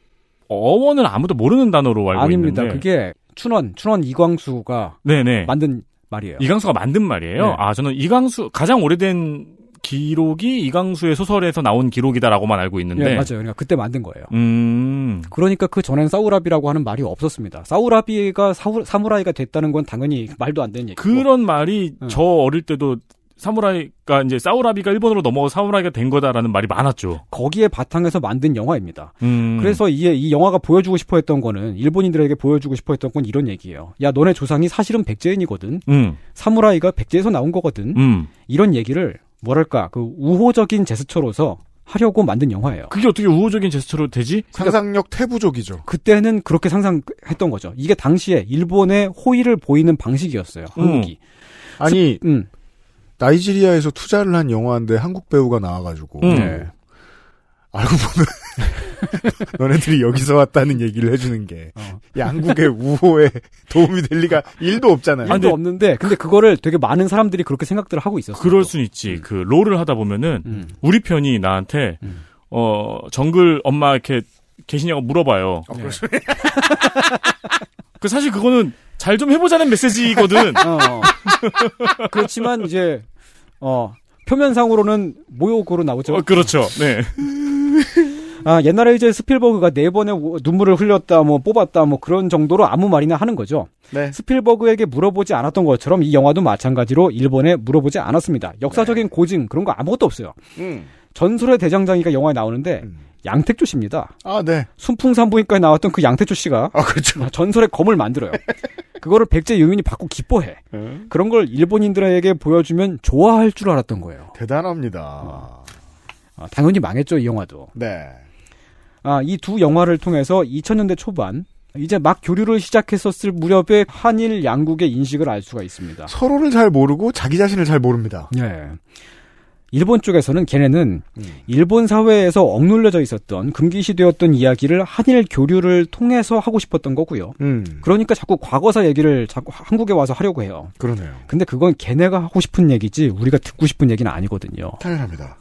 [SPEAKER 3] 어원을 아무도 모르는 단어로 알고
[SPEAKER 4] 아닙니다.
[SPEAKER 3] 있는데.
[SPEAKER 4] 그게, 춘원, 춘원 이광수가
[SPEAKER 3] 네네.
[SPEAKER 4] 만든 말이에요.
[SPEAKER 3] 이강수가 만든 말이에요.
[SPEAKER 4] 네.
[SPEAKER 3] 아, 저는 이강수, 가장 오래된 기록이 이강수의 소설에서 나온 기록이다라고만 알고
[SPEAKER 4] 예,
[SPEAKER 3] 있는데.
[SPEAKER 4] 맞아요. 그러니까 그때 만든 거예요.
[SPEAKER 3] 음,
[SPEAKER 4] 그러니까 그 전엔 사우라비라고 하는 말이 없었습니다. 사우라비가 사우, 사무라이가 됐다는 건 당연히 말도 안 되는 얘기고.
[SPEAKER 3] 그런 말이
[SPEAKER 4] 음.
[SPEAKER 3] 저 어릴 때도 사무라이가 이제 사우라비가 일본으로 넘어가 사무라이가 된 거다라는 말이 많았죠.
[SPEAKER 4] 거기에 바탕에서 만든 영화입니다.
[SPEAKER 3] 음.
[SPEAKER 4] 그래서 이, 이 영화가 보여주고 싶어 했던 거는, 일본인들에게 보여주고 싶어 했던 건 이런 얘기예요. 야, 너네 조상이 사실은 백제인이거든.
[SPEAKER 3] 음,
[SPEAKER 4] 사무라이가 백제에서 나온 거거든.
[SPEAKER 3] 음.
[SPEAKER 4] 이런 얘기를 뭐랄까 그 우호적인 제스처로서 하려고 만든 영화예요.
[SPEAKER 3] 그게 어떻게 우호적인 제스처로 되지?
[SPEAKER 4] 그러니까
[SPEAKER 3] 그러니까
[SPEAKER 2] 상상력 태부족이죠.
[SPEAKER 4] 그때는 그렇게 상상했던 거죠. 이게 당시에 일본의 호의를 보이는 방식이었어요.
[SPEAKER 3] 음.
[SPEAKER 4] 한국이.
[SPEAKER 2] 아니
[SPEAKER 4] 음.
[SPEAKER 2] 나이지리아에서 투자를 한 영화인데 한국 배우가 나와가지고
[SPEAKER 3] 음.
[SPEAKER 4] 네.
[SPEAKER 2] 알고 보면 너네들이 여기서 왔다는 얘기를 해주는 게
[SPEAKER 4] 어.
[SPEAKER 2] 양국의 우호에 도움이 될 리가 일도 없잖아요.
[SPEAKER 3] 아니,
[SPEAKER 4] 일도
[SPEAKER 3] 근데-
[SPEAKER 4] 없는데 근데 그거를 되게 많은 사람들이 그렇게 생각들을 하고 있었어요.
[SPEAKER 3] 그럴 순 있지. 그 롤을 하다 보면은
[SPEAKER 4] 음.
[SPEAKER 3] 우리 편이 나한테
[SPEAKER 4] 음.
[SPEAKER 3] 어 정글 엄마 이렇게 계시냐고 물어봐요.
[SPEAKER 2] 어, 그렇죠.
[SPEAKER 3] 그 사실 그거는 잘 좀 해보자는 메시지거든.
[SPEAKER 4] 어. 그렇지만 이제 어 표면상으로는 모욕으로 나오죠.
[SPEAKER 3] 어, 그렇죠. 네.
[SPEAKER 4] 아, 옛날에 이제 스필버그가 네 번의 우- 눈물을 흘렸다, 뭐 뽑았다, 뭐 그런 정도로 아무 말이나 하는 거죠.
[SPEAKER 2] 네.
[SPEAKER 4] 스필버그에게 물어보지 않았던 것처럼 이 영화도 마찬가지로 일본에 물어보지 않았습니다.
[SPEAKER 2] 네.
[SPEAKER 4] 역사적인 고증 그런 거 아무것도 없어요. 전설의 대장장이가 영화에 나오는데
[SPEAKER 2] 음.
[SPEAKER 4] 양택조 씨입니다.
[SPEAKER 2] 아 네.
[SPEAKER 4] 순풍산부인과에 나왔던 그 양택조 씨가
[SPEAKER 2] 아 그렇죠.
[SPEAKER 4] 전설의 검을 만들어요. 그거를 백제 유민이 받고 기뻐해.
[SPEAKER 2] 네.
[SPEAKER 4] 그런 걸 일본인들에게 보여주면 좋아할 줄 알았던 거예요.
[SPEAKER 2] 대단합니다.
[SPEAKER 4] 아, 당연히 망했죠 이 영화도.
[SPEAKER 2] 네.
[SPEAKER 4] 아, 이 두 영화를 통해서 2000년대 초반 이제 막 교류를 시작했었을 무렵에 한일 양국의 인식을 알 수가 있습니다.
[SPEAKER 2] 서로를 잘 모르고 자기 자신을 잘 모릅니다.
[SPEAKER 4] 예. 일본 쪽에서는 걔네는
[SPEAKER 2] 음.
[SPEAKER 4] 일본 사회에서 억눌려져 있었던 금기시되었던 이야기를 한일 교류를 통해서 하고 싶었던 거고요.
[SPEAKER 2] 음.
[SPEAKER 4] 그러니까 자꾸 과거사 얘기를 자꾸 한국에 와서 하려고 해요.
[SPEAKER 2] 그러네요.
[SPEAKER 4] 근데 그건 걔네가 하고 싶은 얘기지 우리가 듣고 싶은 얘기는 아니거든요.
[SPEAKER 2] 당연합니다.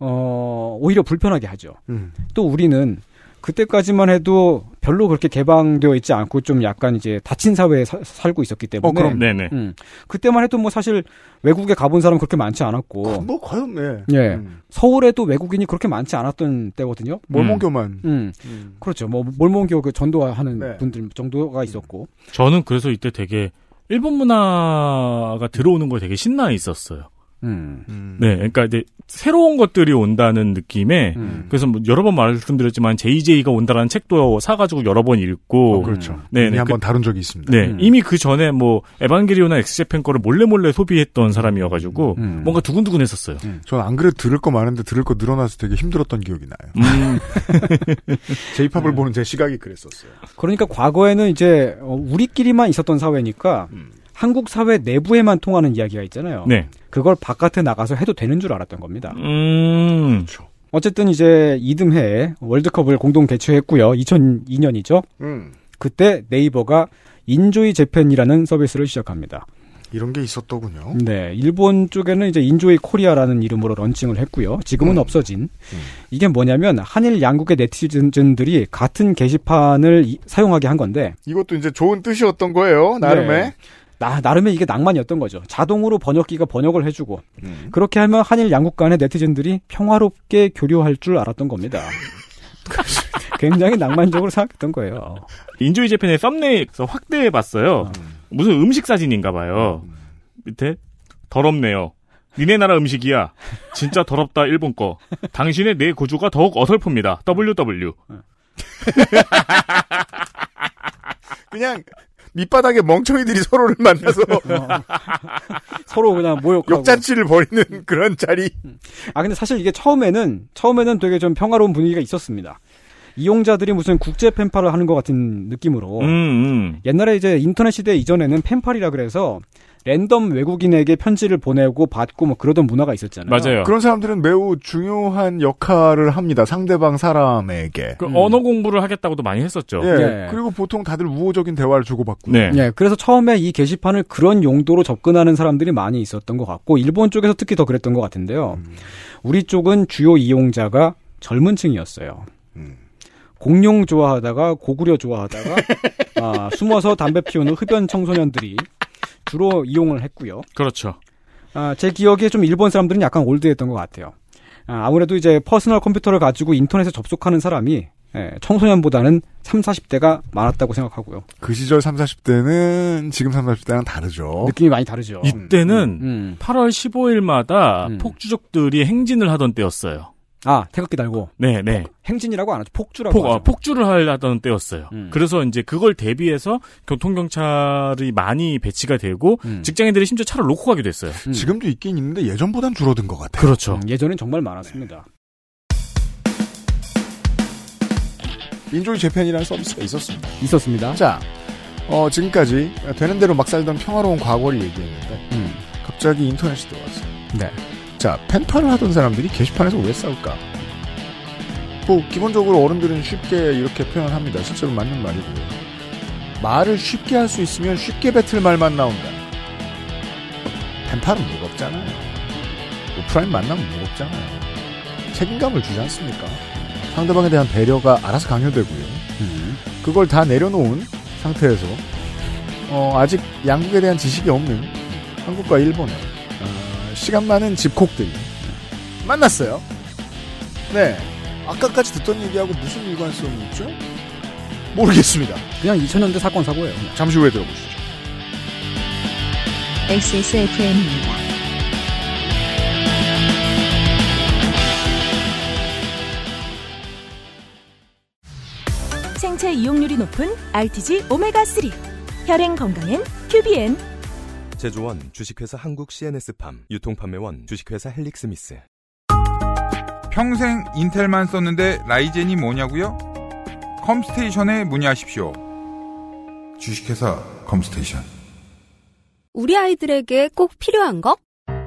[SPEAKER 4] 어, 오히려 불편하게 하죠.
[SPEAKER 2] 음.
[SPEAKER 4] 또 우리는 그때까지만 해도 별로 그렇게 개방되어 있지 않고 좀 약간 이제 닫힌 사회에 사- 살고 있었기 때문에
[SPEAKER 2] 어, 그럼.
[SPEAKER 3] 네네.
[SPEAKER 4] 음, 그때만 해도 뭐 사실 외국에 가본 사람 그렇게 많지 않았고
[SPEAKER 2] 뭐 과연 네.
[SPEAKER 4] 예.
[SPEAKER 2] 음.
[SPEAKER 4] 서울에도 외국인이 그렇게 많지 않았던 때거든요.
[SPEAKER 2] 몰몬교만.
[SPEAKER 4] 음,
[SPEAKER 2] 음.
[SPEAKER 4] 그렇죠. 뭐 몰몬교 그 전도하는
[SPEAKER 2] 네.
[SPEAKER 4] 분들 정도가 있었고
[SPEAKER 3] 저는 그래서 이때 되게 일본 문화가 들어오는 걸 되게 신나 있었어요.
[SPEAKER 4] 음,
[SPEAKER 3] 네, 그러니까 이제 새로운 것들이 온다는 느낌에
[SPEAKER 4] 음.
[SPEAKER 3] 그래서 뭐 여러 번 말씀드렸지만 JJ가 온다라는 책도 사가지고 여러 번 읽고
[SPEAKER 2] 어, 그렇죠.
[SPEAKER 3] 네,
[SPEAKER 2] 이미
[SPEAKER 3] 네,
[SPEAKER 2] 한번 다룬 적이 있습니다.
[SPEAKER 3] 네,
[SPEAKER 4] 음.
[SPEAKER 3] 이미 그 전에 뭐 에반게리온이나 엑스제팬 거를 몰래 몰래 소비했던 사람이어가지고
[SPEAKER 4] 음.
[SPEAKER 3] 뭔가 두근두근했었어요.
[SPEAKER 2] 저는 안 그래도 들을 거 많은데 들을 거 늘어나서 되게 힘들었던 기억이 나요.
[SPEAKER 4] 음.
[SPEAKER 3] 음.
[SPEAKER 2] 제이팝을 보는 제 시각이 그랬었어요.
[SPEAKER 4] 그러니까 과거에는 이제 어, 우리끼리만 있었던 사회니까
[SPEAKER 2] 음.
[SPEAKER 4] 한국 사회 내부에만 통하는 이야기가 있잖아요.
[SPEAKER 3] 네,
[SPEAKER 4] 그걸 바깥에 나가서 해도 되는 줄 알았던 겁니다.
[SPEAKER 3] 음,
[SPEAKER 4] 그렇죠. 어쨌든 이제 이듬해 월드컵을 공동 개최했고요. 2002년이죠.
[SPEAKER 2] 음.
[SPEAKER 4] 그때 네이버가 인조이 재팬이라는 서비스를 시작합니다.
[SPEAKER 2] 이런 게 있었더군요.
[SPEAKER 4] 네, 일본 쪽에는 이제 인조이 코리아라는 이름으로 런칭을 했고요. 지금은
[SPEAKER 2] 음.
[SPEAKER 4] 없어진. 이게 뭐냐면 한일 양국의 네티즌들이 같은 게시판을 이- 사용하게 한 건데
[SPEAKER 2] 이것도 이제 좋은 뜻이었던 거예요, 나름의.
[SPEAKER 4] 나, 나름의 이게 낭만이었던 거죠. 자동으로 번역기가 번역을 해주고 그렇게 하면 한일 양국 간의 네티즌들이 평화롭게 교류할 줄 알았던 겁니다. 굉장히 낭만적으로 생각했던 거예요.
[SPEAKER 3] 인조이 재팬의 썸네일에서 확대해봤어요. 무슨 음식 사진인가 봐요.
[SPEAKER 4] 음.
[SPEAKER 3] 밑에 더럽네요. 니네 나라 음식이야. 진짜 더럽다 일본 거. 당신의 내 고주가 더욱 어설픕니다. WW.
[SPEAKER 2] 그냥 밑바닥에 멍청이들이 서로를 만나서
[SPEAKER 4] 서로 그냥 모욕하고.
[SPEAKER 2] 욕잔치를 벌이는 그런 자리.
[SPEAKER 4] 아 근데 사실 이게 처음에는 처음에는 되게 좀 평화로운 분위기가 있었습니다. 이용자들이 무슨 국제 팬파를 하는 것 같은 느낌으로
[SPEAKER 3] 음, 음.
[SPEAKER 4] 옛날에 이제 인터넷 시대 이전에는 팬팔이라 그래서 랜덤 외국인에게 편지를 보내고 받고 뭐 그러던 문화가 있었잖아요.
[SPEAKER 3] 맞아요. 그
[SPEAKER 2] 그런 사람들은 매우 중요한 역할을 합니다. 상대방 사람에게.
[SPEAKER 4] 음.
[SPEAKER 3] 그 언어 공부를 하겠다고도 많이 했었죠.
[SPEAKER 2] 예.
[SPEAKER 4] 네.
[SPEAKER 2] 그리고 보통 다들 우호적인 대화를 주고받고.
[SPEAKER 3] 네.
[SPEAKER 4] 예, 그래서 처음에 이 게시판을 그런 용도로 접근하는 사람들이 많이 있었던 것 같고 일본 쪽에서 특히 더 그랬던 것 같은데요. 우리 쪽은 주요 이용자가 젊은 층이었어요. 공룡 좋아하다가 고구려 좋아하다가 아, 숨어서 담배 피우는 흡연 청소년들이 주로 이용을 했고요.
[SPEAKER 3] 그렇죠.
[SPEAKER 4] 아, 제 기억에 좀 일본 사람들은 약간 올드했던 것 같아요. 아, 무래도 이제 퍼스널 컴퓨터를 가지고 인터넷에 접속하는 사람이 예, 청소년보다는 3, 40대가 많았다고 생각하고요.
[SPEAKER 2] 그 시절 30, 40대는 지금 30, 40대랑 다르죠.
[SPEAKER 4] 느낌이 많이 다르죠.
[SPEAKER 3] 이때는
[SPEAKER 4] 음.
[SPEAKER 3] 8월 15일마다
[SPEAKER 4] 음.
[SPEAKER 3] 폭주족들이 행진을 하던 때였어요.
[SPEAKER 4] 아, 태극기 달고.
[SPEAKER 3] 네, 네.
[SPEAKER 4] 행진이라고 안 하죠. 폭주라고
[SPEAKER 3] 폭,
[SPEAKER 4] 하죠.
[SPEAKER 3] 어, 폭주를 하려던 때였어요.
[SPEAKER 4] 음.
[SPEAKER 3] 그래서 이제 그걸 대비해서 교통경찰이 많이 배치가 되고
[SPEAKER 4] 음.
[SPEAKER 3] 직장인들이 심지어 차를 놓고 가기도 했어요.
[SPEAKER 4] 음.
[SPEAKER 2] 지금도 있긴 있는데 예전보단 줄어든 것 같아요.
[SPEAKER 3] 그렇죠.
[SPEAKER 4] 음, 예전엔 정말 많았습니다.
[SPEAKER 2] 인조이 재팬이라는 서비스가 있었습니다.
[SPEAKER 4] 있었습니다.
[SPEAKER 2] 자, 어, 지금까지 되는 대로 막 살던 평화로운 과거를 얘기했는데
[SPEAKER 4] 음.
[SPEAKER 2] 갑자기 인터넷이 들어왔어요.
[SPEAKER 4] 네.
[SPEAKER 2] 자, 펜팔을 하던 사람들이 게시판에서 왜 싸울까? 뭐 기본적으로 어른들은 쉽게 이렇게 표현합니다. 실제로 맞는 말이고요. 말을 쉽게 할 수 있으면 쉽게 뱉을 말만 나온다. 펜팔은 무겁잖아요. 오프라인 만나면 무겁잖아요. 책임감을 주지 않습니까? 상대방에 대한 배려가 알아서 강요되고요.
[SPEAKER 4] 음.
[SPEAKER 2] 그걸 다 내려놓은 상태에서 어, 아직 양국에 대한 지식이 없는 한국과 일본의 어, 시간 많은 집콕들이 만났어요. 네. 아까까지 듣던 얘기하고 무슨 일관성이 있죠? 모르겠습니다.
[SPEAKER 4] 그냥 2000년대 사건 사고예요. 그냥.
[SPEAKER 2] 잠시 후에 들어보시죠.
[SPEAKER 1] XSFM입니다.
[SPEAKER 5] 생체 이용률이 높은 RTG 오메가3 혈행 건강엔 큐비엔
[SPEAKER 6] 제조원 주식회사 한국 CNS팜 유통판매원 주식회사 헬릭스미스
[SPEAKER 8] 평생 인텔만 썼는데 라이젠이 뭐냐고요? 컴스테이션에 문의하십시오. 주식회사 컴스테이션.
[SPEAKER 5] 우리 아이들에게 꼭 필요한 것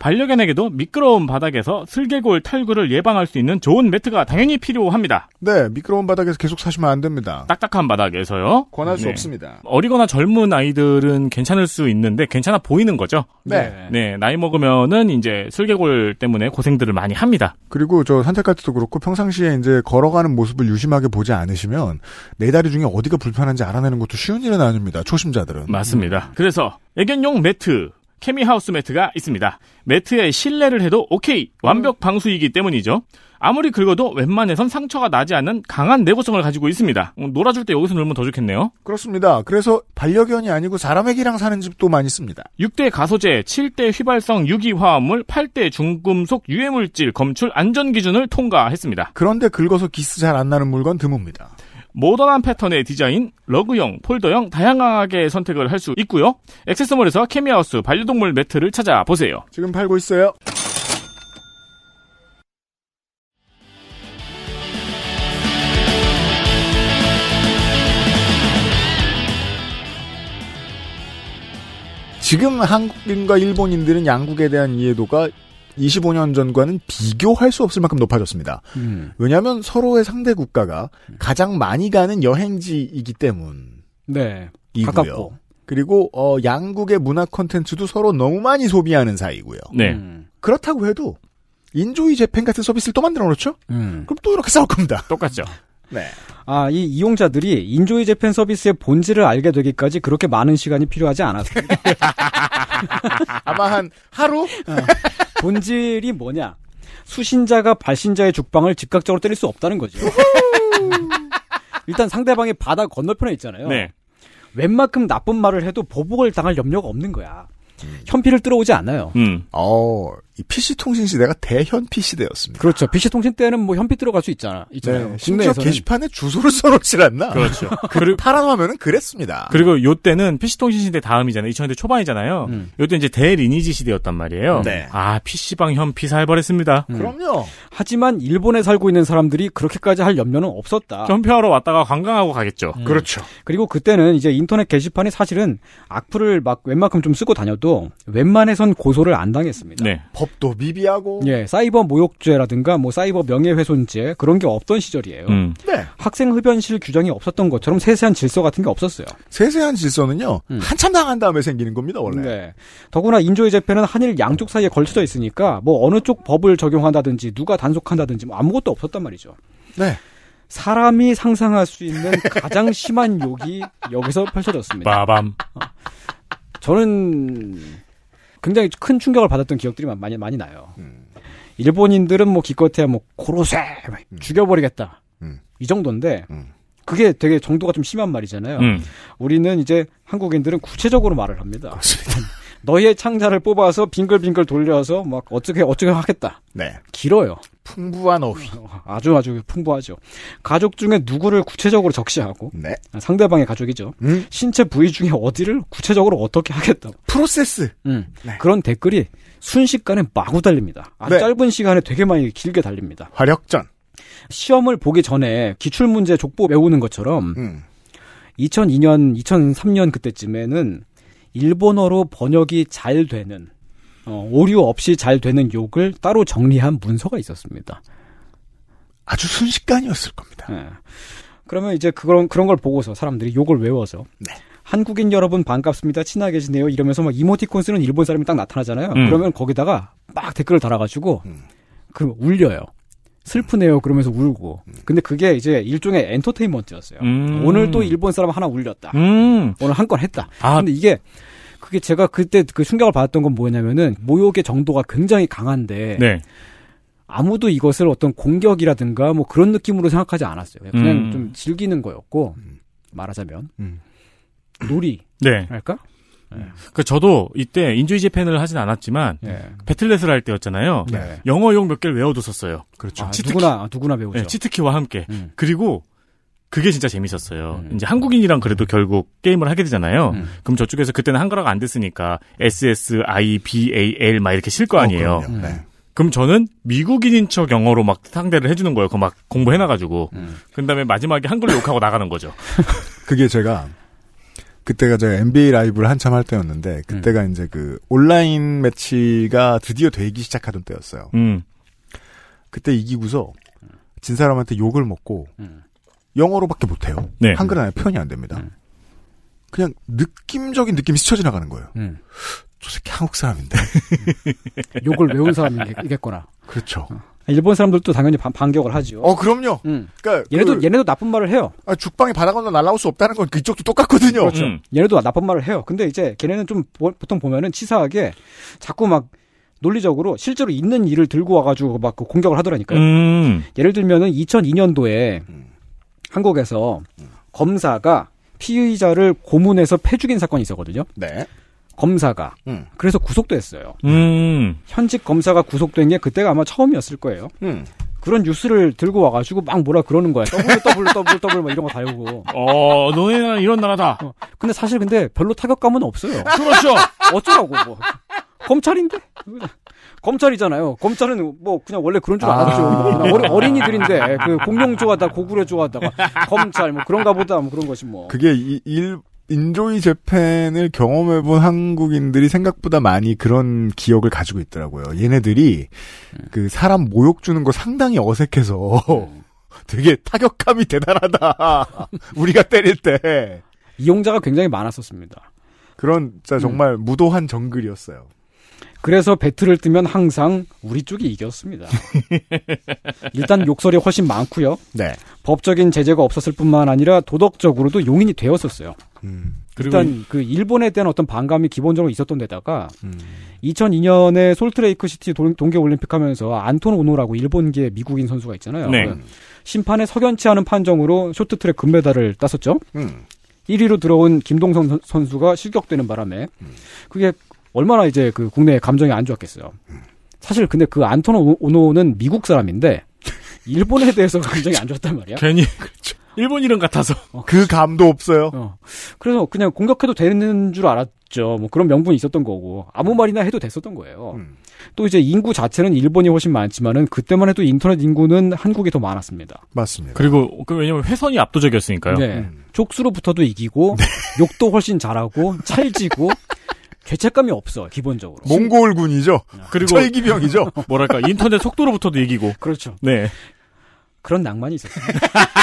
[SPEAKER 3] 반려견에게도 미끄러운 바닥에서 슬개골 탈구를 예방할 수 있는 좋은 매트가 당연히 필요합니다.
[SPEAKER 2] 네, 미끄러운 바닥에서 계속 사시면 안 됩니다.
[SPEAKER 3] 딱딱한 바닥에서요.
[SPEAKER 2] 권할 수
[SPEAKER 3] 네.
[SPEAKER 2] 없습니다.
[SPEAKER 3] 어리거나 젊은 아이들은 괜찮을 수 있는데 괜찮아 보이는 거죠.
[SPEAKER 2] 네.
[SPEAKER 3] 네, 나이 먹으면은 이제 슬개골 때문에 고생들을 많이 합니다.
[SPEAKER 2] 그리고 저 산책할 때도 그렇고 평상시에 이제 걸어가는 모습을 유심하게 보지 않으시면 내 다리 중에 어디가 불편한지 알아내는 것도 쉬운 일은 아닙니다. 초심자들은.
[SPEAKER 3] 맞습니다. 그래서 애견용 매트, 케미하우스 매트가 있습니다. 매트에 실내를 해도 오케이 완벽 방수이기 때문이죠. 아무리 긁어도 웬만해선 상처가 나지 않는 강한 내구성을 가지고 있습니다. 음, 놀아줄 때 여기서 놀면 더 좋겠네요.
[SPEAKER 2] 그렇습니다. 그래서 반려견이 아니고 사람 애기랑 사는 집도 많이 씁니다.
[SPEAKER 3] 6대 가소제, 7대 휘발성 유기화합물, 8대 중금속 유해물질 검출 안전 기준을 통과했습니다.
[SPEAKER 2] 그런데 긁어서 기스 잘 안 나는 물건 드뭅니다.
[SPEAKER 3] 모던한 패턴의 디자인, 러그형, 폴더형 다양하게 선택을 할 수 있고요. 액세스몰에서 케미하우스 반려동물 매트를 찾아보세요.
[SPEAKER 2] 지금 팔고 있어요. 지금 한국인과 일본인들은 양국에 대한 이해도가 25년 전과는 비교할 수 없을 만큼 높아졌습니다.
[SPEAKER 4] 음.
[SPEAKER 2] 왜냐하면 서로의 상대 국가가 가장 많이 가는 여행지이기 때문이고요.
[SPEAKER 4] 네. 가깝고.
[SPEAKER 2] 그리고 어, 양국의 문화 콘텐츠도 서로 너무 많이 소비하는 사이고요.
[SPEAKER 3] 네.
[SPEAKER 4] 음.
[SPEAKER 2] 그렇다고 해도 인조이 재팬 같은 서비스를 또 만들어 놓죠?
[SPEAKER 4] 음.
[SPEAKER 2] 그럼 또 이렇게 싸울 겁니다.
[SPEAKER 3] 똑같죠.
[SPEAKER 2] 네.
[SPEAKER 4] 아, 이 이용자들이 인조이 재팬 서비스의 본질을 알게 되기까지 그렇게 많은 시간이 필요하지 않았습니다.
[SPEAKER 2] 아마 한 하루?
[SPEAKER 4] 본질이 뭐냐? 수신자가 발신자의 죽방을 즉각적으로 때릴 수 없다는 거죠. 일단 상대방이 바다 건너편에 있잖아요.
[SPEAKER 3] 네.
[SPEAKER 4] 웬만큼 나쁜 말을 해도 보복을 당할 염려가 없는 거야. 현피를 뚫어오지 않아요.
[SPEAKER 3] 음.
[SPEAKER 2] 어, 이 PC 통신 시대가 대현 PC 대였습니다.
[SPEAKER 4] 그렇죠. PC 통신 때는 뭐 현피 들어갈 수 있잖아. 있잖아요.
[SPEAKER 2] 네. 심지어
[SPEAKER 4] 국내에서는
[SPEAKER 2] 게시판에 주소를 써놓질 않나?
[SPEAKER 3] 그렇죠. 그리고
[SPEAKER 2] 파란 화면은 그랬습니다.
[SPEAKER 3] 아. 그리고 요때는 PC통신 시대 다음이잖아요. 2000년대 초반이잖아요.
[SPEAKER 4] 음.
[SPEAKER 3] 요때 이제 대리니지 시대였단 말이에요.
[SPEAKER 2] 네.
[SPEAKER 3] 아, PC방 현피 살벌했습니다.
[SPEAKER 4] 음.
[SPEAKER 2] 그럼요.
[SPEAKER 4] 하지만 일본에 살고 있는 사람들이 그렇게까지 할 염려는 없었다.
[SPEAKER 3] 현피하러 왔다가 관광하고 가겠죠.
[SPEAKER 4] 음.
[SPEAKER 2] 그렇죠.
[SPEAKER 4] 그리고 그때는 이제 인터넷 게시판이 사실은 악플을 막 웬만큼 좀 쓰고 다녀도 웬만해선 고소를 안 당했습니다.
[SPEAKER 3] 네.
[SPEAKER 2] 법도 미비하고.
[SPEAKER 4] 예, 사이버 모욕죄라든가 뭐 사이버 명예훼손죄 그런 게 없던 시절이에요.
[SPEAKER 3] 음.
[SPEAKER 2] 네.
[SPEAKER 4] 학생 흡연실 규정이 없었던 것처럼 세세한 질서 같은 게 없었어요.
[SPEAKER 2] 세세한 질서는요,
[SPEAKER 4] 음.
[SPEAKER 2] 한참 당한 다음에 생기는 겁니다, 원래.
[SPEAKER 4] 네. 더구나 인조의 재팬은 한일 양쪽 사이에 걸쳐져 있으니까 뭐 어느 쪽 법을 적용한다든지 누가 단속한다든지 뭐 아무것도 없었단 말이죠.
[SPEAKER 2] 네.
[SPEAKER 4] 사람이 상상할 수 있는 가장 심한 욕이 여기서 펼쳐졌습니다.
[SPEAKER 3] 빠밤.
[SPEAKER 4] 저는 굉장히 큰 충격을 받았던 기억들이 마- 많이 많이 나요.
[SPEAKER 2] 음.
[SPEAKER 4] 일본인들은 뭐 기껏해야 뭐 고로쇠 죽여버리겠다
[SPEAKER 2] 음.
[SPEAKER 4] 이 정도인데
[SPEAKER 2] 음.
[SPEAKER 4] 그게 되게 정도가 좀 심한 말이잖아요.
[SPEAKER 3] 음.
[SPEAKER 4] 우리는 이제 한국인들은 구체적으로 말을 합니다. 너희의 창자를 뽑아서 빙글빙글 돌려서 막 어떻게 어떻게 하겠다
[SPEAKER 2] 네.
[SPEAKER 4] 길어요.
[SPEAKER 2] 풍부한 어휘.
[SPEAKER 4] 아주 아주 풍부하죠. 가족 중에 누구를 구체적으로 적시하고
[SPEAKER 2] 네.
[SPEAKER 4] 아, 상대방의 가족이죠.
[SPEAKER 2] 음.
[SPEAKER 4] 신체 부위 중에 어디를 구체적으로 어떻게 하겠다고.
[SPEAKER 2] 프로세스.
[SPEAKER 4] 음,
[SPEAKER 2] 네.
[SPEAKER 4] 그런 댓글이 순식간에 마구 달립니다. 아주
[SPEAKER 2] 네.
[SPEAKER 4] 짧은 시간에 되게 많이 길게 달립니다.
[SPEAKER 2] 화력전.
[SPEAKER 4] 시험을 보기 전에 기출문제 족보 외우는 것처럼
[SPEAKER 2] 음.
[SPEAKER 4] 2002년, 2003년 그때쯤에는 일본어로 번역이 잘 되는, 어, 오류 없이 잘 되는 욕을 따로 정리한 문서가 있었습니다.
[SPEAKER 2] 아주 순식간이었을 겁니다.
[SPEAKER 4] 예. 그러면 이제 그런, 그런 걸 보고서 사람들이 욕을 외워서
[SPEAKER 2] 네.
[SPEAKER 4] 한국인 여러분 반갑습니다. 친하게 지내요. 이러면서 막 이모티콘 쓰는 일본 사람이 딱 나타나잖아요.
[SPEAKER 3] 음.
[SPEAKER 4] 그러면 거기다가 막 댓글을 달아가지고
[SPEAKER 2] 음.
[SPEAKER 4] 그럼 울려요. 슬프네요. 그러면서 울고.
[SPEAKER 2] 음.
[SPEAKER 4] 근데 그게 이제 일종의 엔터테인먼트였어요.
[SPEAKER 3] 음.
[SPEAKER 4] 오늘 또 일본 사람 하나 울렸다.
[SPEAKER 3] 음.
[SPEAKER 4] 오늘 한 건 했다.
[SPEAKER 3] 아.
[SPEAKER 4] 근데 이게 그게 제가 그때 그 충격을 받았던 건 뭐냐면은 모욕의 정도가 굉장히 강한데
[SPEAKER 3] 네.
[SPEAKER 4] 아무도 이것을 어떤 공격이라든가 뭐 그런 느낌으로 생각하지 않았어요. 그냥
[SPEAKER 3] 음.
[SPEAKER 4] 좀 즐기는 거였고 말하자면
[SPEAKER 2] 음.
[SPEAKER 4] 놀이
[SPEAKER 3] 네.
[SPEAKER 4] 할까?
[SPEAKER 3] 그 저도 이때 인조이 재팬을 하진 않았지만
[SPEAKER 4] 예.
[SPEAKER 3] 배틀넷을 할 때였잖아요.
[SPEAKER 4] 네.
[SPEAKER 3] 영어 용 몇 개를 외워뒀었어요.
[SPEAKER 2] 그렇죠.
[SPEAKER 4] 아,
[SPEAKER 3] 치트키.
[SPEAKER 4] 누구나 누구나 배우죠.
[SPEAKER 3] 네, 치트키와 함께.
[SPEAKER 4] 음.
[SPEAKER 3] 그리고 그게 진짜 재밌었어요.
[SPEAKER 4] 음.
[SPEAKER 3] 이제 한국인이랑 그래도 결국 게임을 하게 되잖아요.
[SPEAKER 4] 음.
[SPEAKER 3] 그럼 저쪽에서 그때는 한글화가 안 됐으니까 SSIBAL 막 이렇게 실 거 아니에요.
[SPEAKER 2] 어,
[SPEAKER 4] 음.
[SPEAKER 2] 그럼요. 네.
[SPEAKER 3] 그럼 저는 미국인인 척 영어로 막 상대를 해주는 거예요. 그거 막 공부해놔가지고.
[SPEAKER 4] 음.
[SPEAKER 3] 그 다음에 마지막에 한글로 욕하고 나가는 거죠.
[SPEAKER 2] 그게 제가 그때가 제가 NBA 라이브를 한참 할 때였는데 그때가
[SPEAKER 4] 음.
[SPEAKER 2] 이제 그 온라인 매치가 드디어 되기 시작하던 때였어요.
[SPEAKER 3] 음.
[SPEAKER 2] 그때 이기고서 진 사람한테 욕을 먹고
[SPEAKER 4] 음.
[SPEAKER 2] 영어로밖에 못해요.
[SPEAKER 3] 네.
[SPEAKER 2] 한글 안에 표현이 안 됩니다.
[SPEAKER 4] 음.
[SPEAKER 2] 그냥 느낌적인 느낌이 스쳐 지나가는 거예요.
[SPEAKER 4] 음.
[SPEAKER 2] 저 새끼 한국 사람인데.
[SPEAKER 4] 욕을 외운 사람이겠거나.
[SPEAKER 2] 그렇죠.
[SPEAKER 4] 일본 사람들도 당연히 반, 반격을 하죠.
[SPEAKER 2] 어 그럼요.
[SPEAKER 4] 음.
[SPEAKER 2] 그러니까
[SPEAKER 4] 얘네도
[SPEAKER 2] 그,
[SPEAKER 4] 얘네도 나쁜 말을 해요.
[SPEAKER 2] 아, 죽방이 바다 건너 날아올 수 없다는 건 그쪽도 똑같거든요.
[SPEAKER 4] 그렇죠.
[SPEAKER 3] 음.
[SPEAKER 4] 얘네도 나쁜 말을 해요. 근데 이제 걔네는 좀 보, 보통 보면은 치사하게 자꾸 막 논리적으로 실제로 있는 일을 들고 와가지고 막그 공격을
[SPEAKER 2] 네.
[SPEAKER 4] 하더라니까요.
[SPEAKER 3] 음.
[SPEAKER 4] 예를 들면은 2002년도에
[SPEAKER 2] 음.
[SPEAKER 4] 한국에서 검사가 피의자를 고문해서 패죽인 사건이 있었거든요.
[SPEAKER 2] 네.
[SPEAKER 4] 검사가
[SPEAKER 2] 음.
[SPEAKER 4] 그래서 구속됐어요.
[SPEAKER 3] 음.
[SPEAKER 4] 현직 검사가 구속된 게 그때가 아마 처음이었을 거예요.
[SPEAKER 2] 음.
[SPEAKER 4] 그런 뉴스를 들고 와가지고 막 뭐라 그러는 거야. 더블 더블 더블 더블 막 이런 거 달고.
[SPEAKER 3] 어, 너네 나라 이런 나라다.
[SPEAKER 4] 어, 근데 사실 근데 별로 타격감은 없어요.
[SPEAKER 3] 그렇죠.
[SPEAKER 4] 어쩌라고 뭐 검찰인데 검찰이잖아요. 검찰은 뭐 그냥 원래 그런 줄 알았죠. 그냥 어리, 어린이들인데 그 공룡 좋아하다 고구려 좋아하다가 검찰 뭐 그런가 보다 뭐 그런 것이 뭐.
[SPEAKER 2] 그게 이, 일, 인조이 재팬을 경험해본 한국인들이 생각보다 많이 그런 기억을 가지고 있더라고요. 얘네들이 그 사람 모욕 주는 거 상당히 어색해서
[SPEAKER 3] 네.
[SPEAKER 2] 되게 타격감이 대단하다. 우리가 때릴 때
[SPEAKER 4] 이용자가 굉장히 많았었습니다.
[SPEAKER 2] 그런
[SPEAKER 3] 음.
[SPEAKER 2] 진짜 정말 무도한 정글이었어요.
[SPEAKER 4] 그래서 배틀을 뜨면 항상 우리 쪽이 이겼습니다. 일단 욕설이 훨씬 많고요.
[SPEAKER 2] 네.
[SPEAKER 4] 법적인 제재가 없었을 뿐만 아니라 도덕적으로도 용인이 되었었어요.
[SPEAKER 2] 음.
[SPEAKER 4] 일단 그 일본에 대한 어떤 반감이 기본적으로 있었던 데다가
[SPEAKER 2] 음.
[SPEAKER 4] 2002년에 솔트레이크 시티 동- 동계 올림픽 하면서 안톤 오노라고 일본계 미국인 선수가 있잖아요.
[SPEAKER 3] 네.
[SPEAKER 4] 그 심판의 석연치 않은 판정으로 쇼트트랙 금메달을 땄었죠.
[SPEAKER 2] 음.
[SPEAKER 4] 1위로 들어온 김동선 선- 선수가 실격되는 바람에 그게 얼마나 이제 그 국내에 감정이 안 좋았겠어요. 사실 근데 그 안톤 오- 오노는 미국 사람인데 일본에 대해서 그 감정이 안 좋았단 말이야.
[SPEAKER 3] 괜히 그렇죠. 일본 이름 같아서.
[SPEAKER 2] 그 감도 없어요.
[SPEAKER 4] 어. 그래서 그냥 공격해도 되는 줄 알았죠. 뭐 그런 명분이 있었던 거고 아무 말이나 해도 됐었던 거예요.
[SPEAKER 2] 음.
[SPEAKER 4] 또 이제 인구 자체는 일본이 훨씬 많지만은 그때만 해도 인터넷 인구는 한국이 더 많았습니다.
[SPEAKER 2] 맞습니다.
[SPEAKER 3] 그리고 그 왜냐면 회선이 압도적이었으니까요.
[SPEAKER 4] 네.
[SPEAKER 2] 음.
[SPEAKER 4] 족수로부터도 이기고
[SPEAKER 2] 네.
[SPEAKER 4] 욕도 훨씬 잘하고 찰지고 죄책감이 없어 기본적으로.
[SPEAKER 2] 몽골군이죠.
[SPEAKER 3] 그리고
[SPEAKER 2] 철기병이죠.
[SPEAKER 3] 뭐랄까 인터넷 속도로부터도 이기고.
[SPEAKER 4] 그렇죠.
[SPEAKER 3] 네.
[SPEAKER 4] 그런 낭만이 있었어요.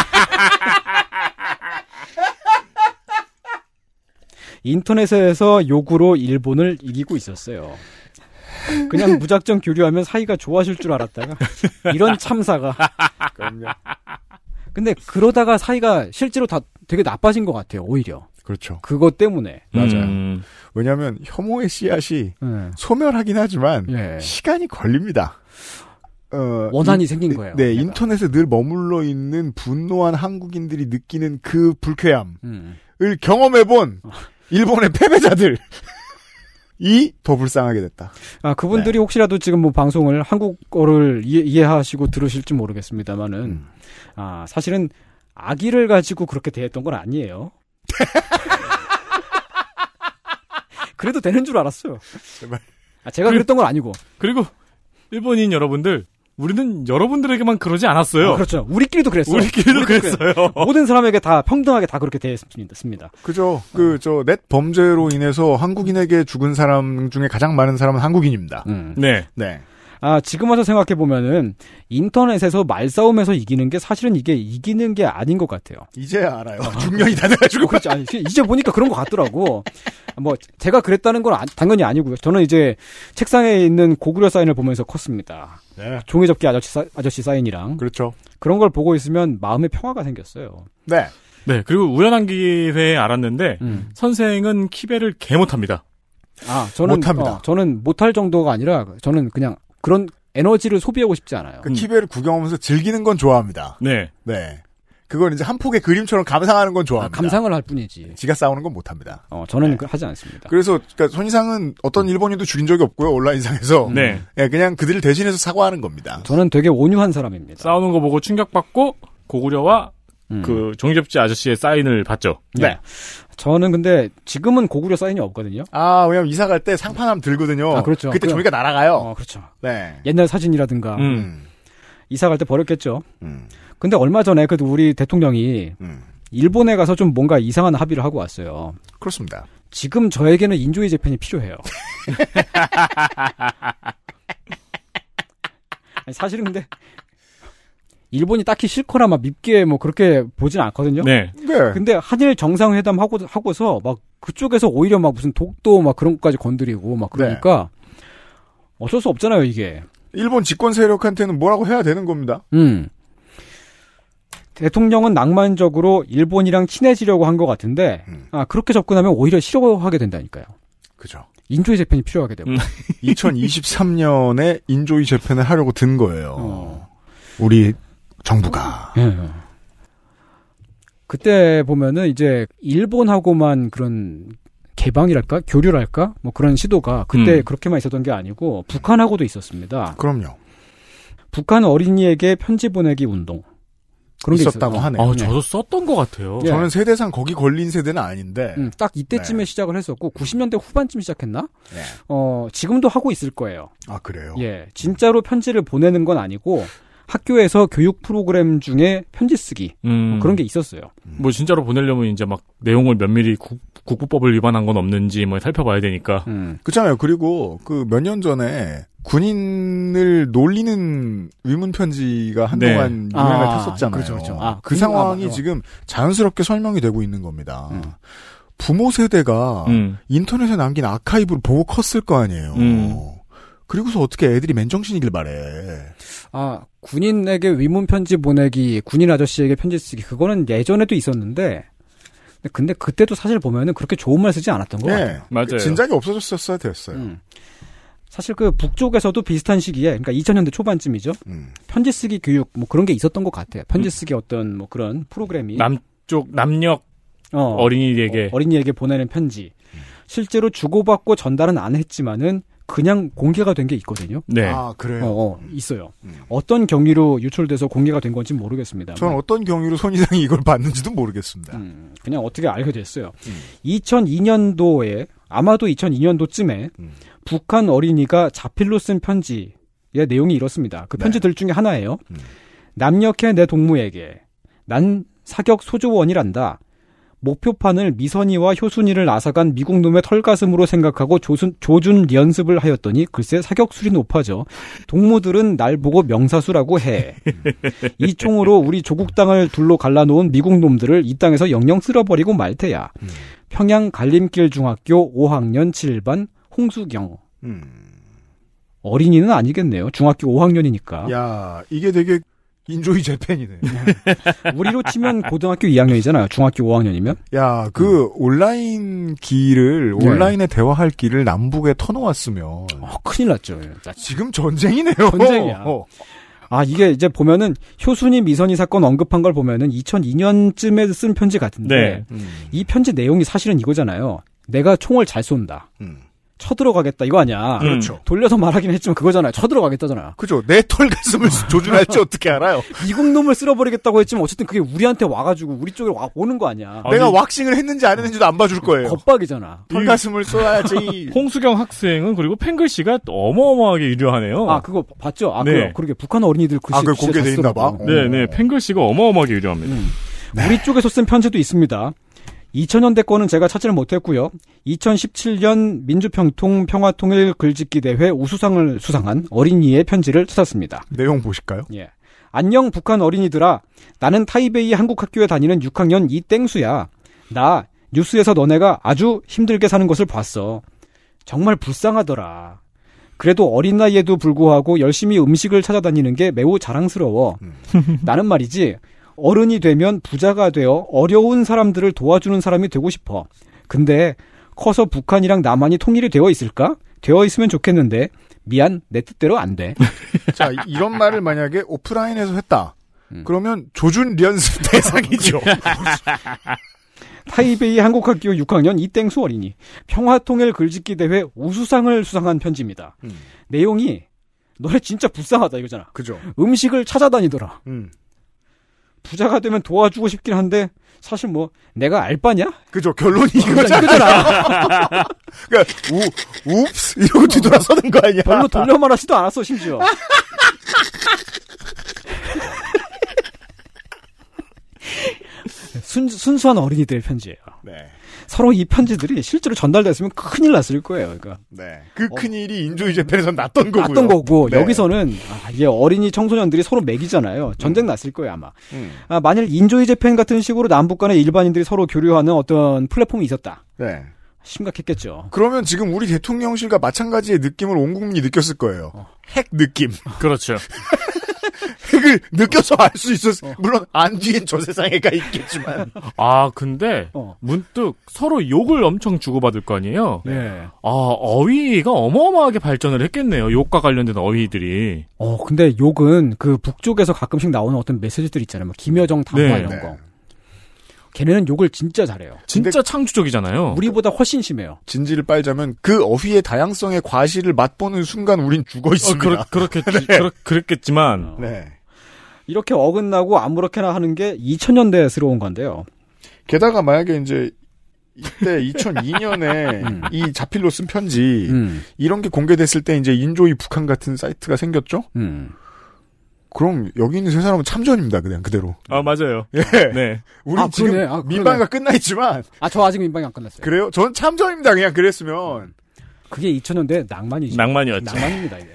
[SPEAKER 4] 인터넷에서 욕으로 일본을 이기고 있었어요. 그냥 무작정 교류하면 사이가 좋아질 줄 알았다가 이런 참사가. 근데 그러다가 사이가 실제로 다 되게 나빠진 것 같아요. 오히려
[SPEAKER 2] 그렇죠.
[SPEAKER 4] 그것 때문에.
[SPEAKER 2] 맞아요. 음.
[SPEAKER 3] 음.
[SPEAKER 2] 왜냐하면 혐오의 씨앗이
[SPEAKER 4] 예.
[SPEAKER 2] 소멸하긴 하지만
[SPEAKER 3] 네.
[SPEAKER 4] 예.
[SPEAKER 2] 시간이 걸립니다. 어,
[SPEAKER 4] 원한이 생긴 거예요. 그러니까.
[SPEAKER 2] 네,
[SPEAKER 4] 내가.
[SPEAKER 2] 인터넷에 늘 머물러 있는 분노한 한국인들이 느끼는 그 불쾌함을
[SPEAKER 4] 음.
[SPEAKER 2] 경험해본
[SPEAKER 4] 어.
[SPEAKER 2] 일본의 패배자들. 이 더 불쌍하게 됐다.
[SPEAKER 4] 아 그분들이 혹시라도 지금 뭐 방송을 한국어를 이해, 하시고 들으실지 모르겠습니다만은
[SPEAKER 2] 음.
[SPEAKER 4] 아 사실은 아기를 가지고 그렇게 대했던 건 아니에요. 그래도 되는 줄 알았어요.
[SPEAKER 2] 제발.
[SPEAKER 4] 아, 제가
[SPEAKER 3] 그-
[SPEAKER 4] 그랬던 건 아니고.
[SPEAKER 3] 그리고 일본인 여러분들 우리는 여러분들에게만 그러지 않았어요.
[SPEAKER 4] 아, 그렇죠. 우리끼리도 그랬어요.
[SPEAKER 3] 우리끼리도
[SPEAKER 4] 우리끼리
[SPEAKER 3] 그랬어요.
[SPEAKER 4] 모든 사람에게 다 평등하게 다 그렇게 대했습니다.
[SPEAKER 2] 그죠?
[SPEAKER 4] 어.
[SPEAKER 2] 그 저 넷 범죄로 인해서 한국인에게 죽은 사람 중에 가장 많은 사람은 한국인입니다.
[SPEAKER 4] 음.
[SPEAKER 3] 네.
[SPEAKER 2] 네.
[SPEAKER 4] 아 지금 와서 생각해 보면은 인터넷에서 말싸움에서 이기는 게 사실은 이게 이기는 게 아닌 것 같아요.
[SPEAKER 2] 이제야 알아요. 중년이 다 돼가지고.
[SPEAKER 4] 어, 그렇지 아니 이제 보니까 그런 것 같더라고. 뭐 제가 그랬다는 건 아- 당연히 아니고요. 저는 이제 책상에 있는 고구려 사인을 보면서 컸습니다.
[SPEAKER 2] 네.
[SPEAKER 4] 종이접기 아저씨 사, 아저씨 사인이랑
[SPEAKER 2] 그렇죠.
[SPEAKER 4] 그런 걸 보고 있으면 마음의 평화가 생겼어요.
[SPEAKER 2] 네.
[SPEAKER 3] 네. 그리고 우연한 기회에 알았는데
[SPEAKER 4] 음.
[SPEAKER 3] 선생은 키베를 개 못합니다.
[SPEAKER 4] 아 저는
[SPEAKER 2] 못합니다.
[SPEAKER 4] 어, 저는 못할 정도가 아니라 저는 그냥 그런 에너지를 소비하고 싶지 않아요.
[SPEAKER 2] 그 키베를 구경하면서 즐기는 건 좋아합니다.
[SPEAKER 3] 네.
[SPEAKER 2] 네. 그건 이제 한 폭의 그림처럼 감상하는 건
[SPEAKER 4] 아,
[SPEAKER 2] 좋아합니다.
[SPEAKER 4] 감상을 할 뿐이지.
[SPEAKER 2] 지가 싸우는 건 못합니다.
[SPEAKER 4] 어 저는
[SPEAKER 2] 네.
[SPEAKER 4] 그- 하지 않습니다.
[SPEAKER 2] 그래서 그러니까 손이상은 어떤 일본인도 죽인 적이 없고요 온라인상에서
[SPEAKER 3] 네.
[SPEAKER 2] 예, 그냥 그들을 대신해서 사과하는 겁니다.
[SPEAKER 4] 저는 되게 온유한 사람입니다.
[SPEAKER 3] 싸우는 거 보고 충격받고 고구려와
[SPEAKER 4] 음.
[SPEAKER 3] 그 종이접지 아저씨의 사인을 봤죠.
[SPEAKER 4] 네. 저는 근데 지금은 고구려 사인이 없거든요.
[SPEAKER 2] 아 왜냐면 이사 갈 때 상판함 들거든요.
[SPEAKER 4] 아, 그렇죠.
[SPEAKER 2] 그때
[SPEAKER 4] 그럼-
[SPEAKER 2] 종이가 날아가요.
[SPEAKER 4] 어 그렇죠.
[SPEAKER 2] 네.
[SPEAKER 4] 옛날 사진이라든가
[SPEAKER 3] 음.
[SPEAKER 2] 음.
[SPEAKER 4] 이사 갈 때 버렸겠죠.
[SPEAKER 2] 음.
[SPEAKER 4] 근데 얼마 전에 그 우리 대통령이
[SPEAKER 2] 음.
[SPEAKER 4] 일본에 가서 좀 뭔가 이상한 합의를 하고 왔어요.
[SPEAKER 2] 그렇습니다.
[SPEAKER 4] 지금 저에게는 인조이 재팬이 필요해요. 아니, 사실은 근데 일본이 딱히 싫거나 막 밉게 뭐 그렇게 보진 않거든요.
[SPEAKER 3] 네.
[SPEAKER 2] 네.
[SPEAKER 4] 근데 한일 정상회담 하고 하고서 막 그쪽에서 오히려 막 무슨 독도 막 그런 것까지 건드리고 막 그러니까 어쩔 수 없잖아요 이게.
[SPEAKER 2] 일본 집권 세력한테는 뭐라고 해야 되는 겁니다.
[SPEAKER 4] 음. 대통령은 낭만적으로 일본이랑 친해지려고 한 것 같은데
[SPEAKER 2] 음.
[SPEAKER 4] 아 그렇게 접근하면 오히려 싫어하게 된다니까요.
[SPEAKER 2] 그죠.
[SPEAKER 4] 인조의 재편이 필요하게 되고.
[SPEAKER 3] 음.
[SPEAKER 2] 2023년에 인조이 재편을 하려고 든 거예요.
[SPEAKER 4] 어.
[SPEAKER 2] 우리 정부가.
[SPEAKER 4] 예, 예. 그때 보면은 이제 일본하고만 그런 개방이랄까 교류랄까 뭐 그런 시도가 그때
[SPEAKER 3] 음.
[SPEAKER 4] 그렇게만 있었던 게 아니고 북한하고도 있었습니다.
[SPEAKER 2] 그럼요.
[SPEAKER 4] 북한 어린이에게 편지 보내기 운동 그런 게
[SPEAKER 2] 있었다고
[SPEAKER 4] 있었죠.
[SPEAKER 2] 하네요.
[SPEAKER 3] 아,
[SPEAKER 4] 네.
[SPEAKER 3] 저도 썼던 것 같아요.
[SPEAKER 4] 예.
[SPEAKER 2] 저는 세대상 거기 걸린 세대는 아닌데.
[SPEAKER 4] 음, 딱 이때쯤에
[SPEAKER 2] 네.
[SPEAKER 4] 시작을 했었고 90년대 후반쯤 시작했나?
[SPEAKER 2] 네.
[SPEAKER 4] 어 지금도 하고 있을 거예요.
[SPEAKER 2] 아 그래요.
[SPEAKER 4] 예, 진짜로 편지를 보내는 건 아니고 학교에서 교육 프로그램 중에 편지 쓰기 뭐
[SPEAKER 3] 음,
[SPEAKER 4] 그런 게 있었어요.
[SPEAKER 3] 뭐 진짜로 보내려면 이제 막 내용을 면밀히 국, 국부법을 위반한 건 없는지 뭐 살펴봐야 되니까.
[SPEAKER 4] 음.
[SPEAKER 2] 그렇잖아요. 그리고 그 몇 년 전에 군인을 놀리는 의문 편지가 한동안
[SPEAKER 4] 네.
[SPEAKER 2] 유행을
[SPEAKER 4] 아,
[SPEAKER 2] 탔었잖아요.
[SPEAKER 4] 그렇죠, 그렇죠. 아,
[SPEAKER 2] 그
[SPEAKER 4] 군-
[SPEAKER 2] 상황이
[SPEAKER 4] 아, 맞아.
[SPEAKER 2] 지금 자연스럽게 설명이 되고 있는 겁니다.
[SPEAKER 4] 음.
[SPEAKER 2] 부모 세대가
[SPEAKER 3] 음.
[SPEAKER 2] 인터넷에 남긴 아카이브를 보고 컸을 거 아니에요.
[SPEAKER 3] 음.
[SPEAKER 2] 그리고서 어떻게 애들이 맨정신이길 바래.
[SPEAKER 4] 아 군인에게 위문 편지 보내기, 군인 아저씨에게 편지 쓰기 그거는 예전에도 있었는데 근데 그때도 사실 보면은 그렇게 좋은 말 쓰지 않았던 것 같아요.
[SPEAKER 2] 예.
[SPEAKER 3] 맞아요.
[SPEAKER 2] 진작에 없어졌었어야 됐어요.
[SPEAKER 4] 네. 음. 사실 그 북쪽에서도 비슷한 시기에 그러니까 2000년대 초반쯤이죠.
[SPEAKER 2] 음.
[SPEAKER 4] 편지 쓰기 교육 뭐 그런 게 있었던 것 같아요. 편지 쓰기 어떤 뭐 그런 프로그램이
[SPEAKER 3] 남쪽 남녘
[SPEAKER 4] 어,
[SPEAKER 3] 어, 린이에게
[SPEAKER 4] 어, 린이에게 보내는 편지.
[SPEAKER 2] 음.
[SPEAKER 4] 실제로 주고받고 전달은 안 했지만은 그냥 공개가 된 게 있거든요.
[SPEAKER 3] 네.
[SPEAKER 2] 아 그래요.
[SPEAKER 4] 어, 어, 있어요.
[SPEAKER 2] 음.
[SPEAKER 4] 어떤 경위로 유출돼서 공개가 된 건지 모르겠습니다.
[SPEAKER 2] 저는 어떤 경위로 손이상이 이걸 봤는지도 모르겠습니다. 음.
[SPEAKER 4] 음, 그냥 어떻게 알게 됐어요. 2002년도에 아마도 2002년도쯤에
[SPEAKER 2] 음.
[SPEAKER 4] 북한 어린이가 자필로 쓴 편지의 내용이 이렇습니다. 그
[SPEAKER 2] 네.
[SPEAKER 4] 편지들 중에 하나예요.
[SPEAKER 2] 음.
[SPEAKER 4] 남녘의 내 동무에게 난 사격 소조원이란다. 목표판을 미선이와 효순이를 앗아간 미국 놈의 털가슴으로 생각하고 조순, 조준 연습을 하였더니 글쎄 사격술이 높아져 동무들은 날 보고 명사수라고 해. 이 총으로 우리 조국 땅을 둘로 갈라놓은 미국 놈들을 이 땅에서 영영 쓸어버리고 말 테야. 평양 갈림길 중학교 5학년 7반 홍수경.
[SPEAKER 2] 음.
[SPEAKER 4] 어린이는 아니겠네요. 중학교 5학년이니까.
[SPEAKER 2] 야 이게 되게 인조이 재팬이네.
[SPEAKER 4] 우리로 치면 고등학교 2학년이잖아요. 중학교 5학년이면.
[SPEAKER 2] 야, 그 온라인 길을
[SPEAKER 4] 네.
[SPEAKER 2] 온라인에 대화할 길을 남북에 터놓았으면
[SPEAKER 4] 어, 큰일 났죠.
[SPEAKER 2] 지금 전쟁이네요.
[SPEAKER 4] 전쟁이야.
[SPEAKER 2] 어.
[SPEAKER 4] 아, 이게 이제 보면은 효순이 미선이 사건 언급한 걸 보면은 2002년쯤에 쓴 편지 같은데
[SPEAKER 3] 네.
[SPEAKER 2] 음,
[SPEAKER 4] 이 편지 내용이 사실은 이거잖아요. 내가 총을 잘 쏜다.
[SPEAKER 2] 음.
[SPEAKER 4] 쳐들어가겠다 이거 아니야.
[SPEAKER 3] 그렇죠.
[SPEAKER 4] 돌려서 말하긴 했지만 그거잖아요. 쳐들어가겠다잖아.
[SPEAKER 2] 그죠. 내 털 가슴을 조준할지 어떻게 알아요?
[SPEAKER 4] 미국 놈을 쓸어버리겠다고 했지만 어쨌든 그게 우리한테 와가지고 우리 쪽으로 와 오는 거 아니야.
[SPEAKER 3] 아니,
[SPEAKER 2] 내가 왁싱을 했는지 안 했는지도 안 봐줄 거예요.
[SPEAKER 4] 겁박이잖아.
[SPEAKER 2] 털 가슴을 쏘야지.
[SPEAKER 3] 홍수경 학생은 그리고 팽글씨가 어마어마하게 유려하네요.
[SPEAKER 4] 아 그거 봤죠? 아
[SPEAKER 3] 네.
[SPEAKER 4] 그래요. 그러게 북한 어린이들 글씨
[SPEAKER 2] 아, 그게
[SPEAKER 4] 진짜 잘
[SPEAKER 2] 공개돼 있나 봐? 네.
[SPEAKER 3] 네,
[SPEAKER 4] 쓰더라고.
[SPEAKER 3] 네. 팽글씨가 어마어마하게 유려합니다.
[SPEAKER 4] 우리 쪽에서 쓴 편지도 있습니다. 2000년대 거는 제가 찾지를 못했고요. 2017년 민주평통 평화통일 글짓기 대회 우수상을 수상한 어린이의 편지를 찾았습니다.
[SPEAKER 2] 내용 보실까요?
[SPEAKER 4] 예. 안녕 북한 어린이들아. 나는 타이베이 한국 학교에 다니는 6학년 이땡수야. 나 뉴스에서 너네가 아주 힘들게 사는 것을 봤어. 정말 불쌍하더라. 그래도 어린 나이에도 불구하고 열심히 음식을 찾아다니는 게 매우 자랑스러워. 나는 말이지 어른이 되면 부자가 되어 어려운 사람들을 도와주는 사람이 되고 싶어. 근데 커서 북한이랑 남한이 통일이 되어 있을까? 되어 있으면 좋겠는데 미안 내 뜻대로 안 돼.
[SPEAKER 2] 자, 이- 이런 말을 만약에 오프라인에서 했다.
[SPEAKER 4] 음.
[SPEAKER 2] 그러면 조준 연습 대상이죠.
[SPEAKER 4] 타이베이 한국학교 6학년 이땡수 어린이 평화통일 글짓기 대회 우수상을 수상한 편지입니다.
[SPEAKER 2] 음.
[SPEAKER 4] 내용이 너네 진짜 불쌍하다 이거잖아.
[SPEAKER 2] 그죠.
[SPEAKER 4] 음식을 찾아다니더라.
[SPEAKER 2] 음.
[SPEAKER 4] 부자가 되면 도와주고 싶긴 한데 사실 뭐 내가 알바냐?
[SPEAKER 2] 그죠. 결론이 이거잖아. 그러니까 우, 웁스 이러고 뒤돌아서는 거 아니야.
[SPEAKER 4] 별로 돌려 말하지도 않았어 심지어. 순, 순수한 어린이들의 편지예요.
[SPEAKER 2] 네.
[SPEAKER 4] 서로 이 편지들이 실제로 전달됐으면 큰일 났을 거예요. 그러니까
[SPEAKER 2] 네. 그 큰일이 인조이 재팬에선 났던 거고요.
[SPEAKER 4] 났던 거고
[SPEAKER 2] 네.
[SPEAKER 4] 여기서는 아, 이게 어린이 청소년들이 서로 매기잖아요. 전쟁 났을 거예요 아마.
[SPEAKER 2] 음.
[SPEAKER 4] 아, 만일 인조이 재팬 같은 식으로 남북 간의 일반인들이 서로 교류하는 어떤 플랫폼이 있었다.
[SPEAKER 2] 네.
[SPEAKER 4] 심각했겠죠.
[SPEAKER 2] 그러면 지금 우리 대통령실과 마찬가지의 느낌을 온 국민이 느꼈을 거예요.
[SPEAKER 4] 어.
[SPEAKER 2] 핵 느낌.
[SPEAKER 3] 그렇죠.
[SPEAKER 2] 핵을 느껴서 알 수 있었어. 물론 안 뒤엔 저 세상에가 있겠지만.
[SPEAKER 3] 아, 근데
[SPEAKER 4] 어.
[SPEAKER 3] 문득 서로 욕을 엄청 주고받을 거 아니에요?
[SPEAKER 4] 네.
[SPEAKER 3] 아, 어휘가 어마어마하게 발전을 했겠네요. 욕과 관련된 어휘들이.
[SPEAKER 4] 어 근데 욕은 그 북쪽에서 가끔씩 나오는 어떤 메시지들 있잖아요. 뭐 김여정 당화
[SPEAKER 3] 네.
[SPEAKER 4] 이런
[SPEAKER 2] 네.
[SPEAKER 4] 거. 걔네는 욕을 진짜 잘해요.
[SPEAKER 3] 진짜 창조적이잖아요.
[SPEAKER 4] 우리보다 훨씬 심해요.
[SPEAKER 2] 진지를 빨자면 그 어휘의 다양성의 과실을 맛보는 순간 우린 죽어
[SPEAKER 3] 어,
[SPEAKER 2] 있습니다.
[SPEAKER 3] 그렇, 그렇겠, 그렇, 그랬겠지만.
[SPEAKER 2] 네.
[SPEAKER 4] 이렇게 어긋나고 아무렇게나 하는 게 2000년대스러운 건데요.
[SPEAKER 2] 게다가 만약에 이제 이때 2002년에
[SPEAKER 4] 음.
[SPEAKER 2] 이 자필로 쓴 편지
[SPEAKER 4] 음,
[SPEAKER 2] 이런 게 공개됐을 때 이제 인조이 북한 같은 사이트가 생겼죠?
[SPEAKER 4] 음.
[SPEAKER 2] 그럼 여기 있는 세 사람은 참전입니다. 그냥 그대로.
[SPEAKER 3] 아, 맞아요.
[SPEAKER 2] 예.
[SPEAKER 3] 네.
[SPEAKER 2] 우리
[SPEAKER 4] 아,
[SPEAKER 2] 지금
[SPEAKER 4] 그러네. 아, 그러네.
[SPEAKER 2] 민방위가 끝나 있지만
[SPEAKER 4] 아, 저 아직 민방이 안 끝났어요.
[SPEAKER 2] 그래요? 전 참전입니다. 그냥 그랬으면.
[SPEAKER 4] 그게 2000년대 낭만이죠.
[SPEAKER 3] 낭만이었죠.
[SPEAKER 4] 낭만입니다, 이게.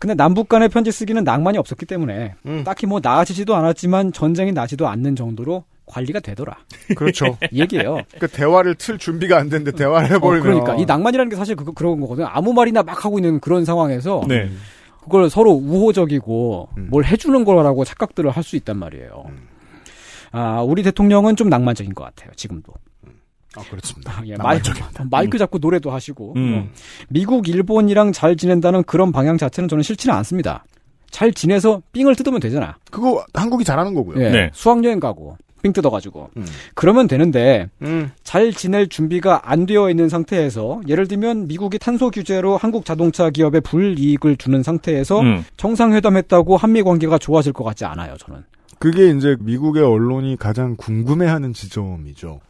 [SPEAKER 4] 근데 남북 간의 편지 쓰기는 낭만이 없었기 때문에
[SPEAKER 2] 음.
[SPEAKER 4] 딱히 뭐 나아지지도 않았지만 전쟁이 나지도 않는 정도로 관리가 되더라.
[SPEAKER 2] 그렇죠.
[SPEAKER 4] 이 얘기예요. 어,
[SPEAKER 2] 그 대화를 틀 준비가 안 됐는데 대화를 해버리면
[SPEAKER 4] 그러니까 이 낭만이라는 게 사실 그, 그런 거거든요. 아무 말이나 막 하고 있는 그런 상황에서
[SPEAKER 3] 네.
[SPEAKER 4] 그걸 서로 우호적이고
[SPEAKER 2] 음.
[SPEAKER 4] 뭘 해주는 거라고 착각들을 할 수 있단 말이에요. 아, 우리 대통령은 좀 낭만적인 것 같아요, 지금도.
[SPEAKER 2] 아, 그렇습니다.
[SPEAKER 4] 아, 예, 마이크,
[SPEAKER 2] 낭만적이다.
[SPEAKER 4] 마이크 잡고 노래도 하시고. 어,
[SPEAKER 3] 음.
[SPEAKER 4] 미국, 일본이랑 잘 지낸다는 그런 방향 자체는 저는 싫지는 않습니다. 잘 지내서 삥을 뜯으면 되잖아.
[SPEAKER 2] 그거 한국이 잘하는 거고요.
[SPEAKER 4] 예,
[SPEAKER 3] 네.
[SPEAKER 4] 수학여행 가고 삥 뜯어가지고
[SPEAKER 2] 음.
[SPEAKER 4] 그러면 되는데
[SPEAKER 2] 음.
[SPEAKER 4] 잘 지낼 준비가 안 되어 있는 상태에서 예를 들면 미국이 탄소 규제로 한국 자동차 기업에 불이익을 주는 상태에서
[SPEAKER 3] 음.
[SPEAKER 4] 정상회담했다고 한미 관계가 좋아질 것 같지 않아요. 저는
[SPEAKER 2] 그게 이제 미국의 언론이 가장 궁금해하는 지점이죠.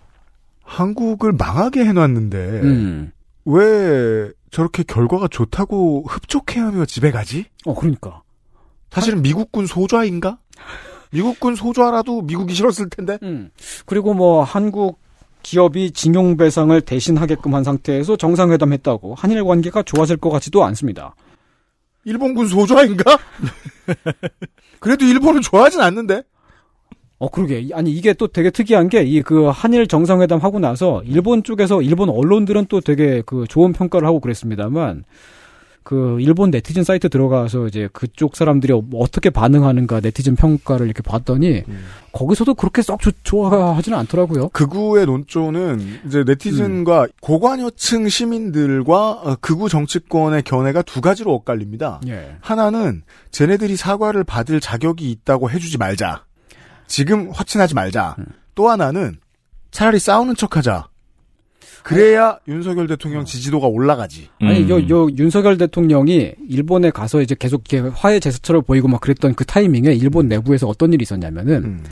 [SPEAKER 2] 한국을 망하게 해놨는데
[SPEAKER 4] 음.
[SPEAKER 2] 왜 저렇게 결과가 좋다고 흡족해하며 집에 가지?
[SPEAKER 4] 어 그러니까
[SPEAKER 2] 사실은 미국군 소좌인가? 미국군 소좌라도 미국이 싫었을 텐데.
[SPEAKER 4] 음. 그리고 뭐 한국 기업이 징용 배상을 대신하게끔 한 상태에서 정상회담했다고 한일 관계가 좋아질 것 같지도 않습니다.
[SPEAKER 2] 일본군 소좌인가? 그래도 일본은 좋아하진 않는데.
[SPEAKER 4] 어, 그러게. 이- 아니, 이게 또 되게 특이한 게, 이 그 한일 정상회담 하고 나서, 일본 쪽에서, 일본 언론들은 또 되게 그 좋은 평가를 하고 그랬습니다만, 그, 일본 네티즌 사이트 들어가서 이제 그쪽 사람들이 어- 어떻게 반응하는가 네티즌 평가를 이렇게 봤더니, 거기서도 그렇게 썩 좋- 좋아하지는 않더라고요.
[SPEAKER 2] 극우의 논조는 이제
[SPEAKER 4] 음.
[SPEAKER 2] 네티즌과 고관여층 시민들과 어, 극우 정치권의 견해가 두 가지로 엇갈립니다.
[SPEAKER 4] 예.
[SPEAKER 2] 하나는 쟤네들이 사과를 받을 자격이 있다고 해주지 말자. 지금 화친하지 말자.
[SPEAKER 4] 음.
[SPEAKER 2] 또 하나는 차라리 싸우는 척하자. 그래야 윤석열
[SPEAKER 4] 음.
[SPEAKER 2] 대통령 지지도가 올라가지.
[SPEAKER 4] 예. 아니, 요,
[SPEAKER 3] 음.
[SPEAKER 4] 요, 윤석열 대통령이 일본에 가서 이제 계속 이렇게 화해 제스처를 보이고 막 그랬던 그 타이밍에 일본 내부에서 어떤 일이 있었냐면은,
[SPEAKER 2] 음.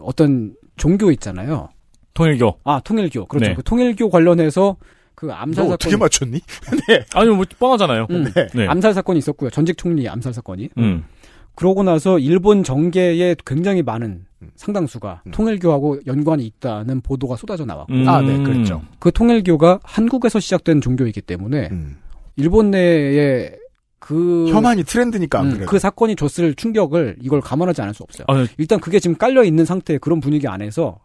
[SPEAKER 4] 어떤 종교 있잖아요.
[SPEAKER 3] 통일교.
[SPEAKER 4] 아 통일교 그렇죠.
[SPEAKER 3] 네.
[SPEAKER 4] 그 통일교 관련해서 그
[SPEAKER 2] 너
[SPEAKER 4] 암살
[SPEAKER 2] 어떻게
[SPEAKER 4] 사건
[SPEAKER 2] 맞췄니?
[SPEAKER 3] 아니, 뭐, 뻔하잖아요.
[SPEAKER 4] 음,
[SPEAKER 3] 네.
[SPEAKER 4] 암살 사건이 있었고요. 전직 총리 암살 사건이
[SPEAKER 3] 음.
[SPEAKER 4] 그러고 나서 일본 정계에 굉장히 많은
[SPEAKER 2] 음.
[SPEAKER 4] 상당수가 통일교하고 연관이 있다는 보도가 쏟아져 나왔고
[SPEAKER 3] 음.
[SPEAKER 2] 아, 네, 그랬죠.
[SPEAKER 4] 그 통일교가 한국에서 시작된 종교이기 때문에
[SPEAKER 2] 음.
[SPEAKER 4] 일본 내에 그
[SPEAKER 2] 혐한이 트렌드니까 안
[SPEAKER 4] 음,
[SPEAKER 2] 그래요.
[SPEAKER 4] 그 사건이 줬을 충격을 이걸 감안하지 않을 수 없어요.
[SPEAKER 3] 아,
[SPEAKER 4] 일단 그게 지금 깔려 있는 상태 그런 분위기 안에서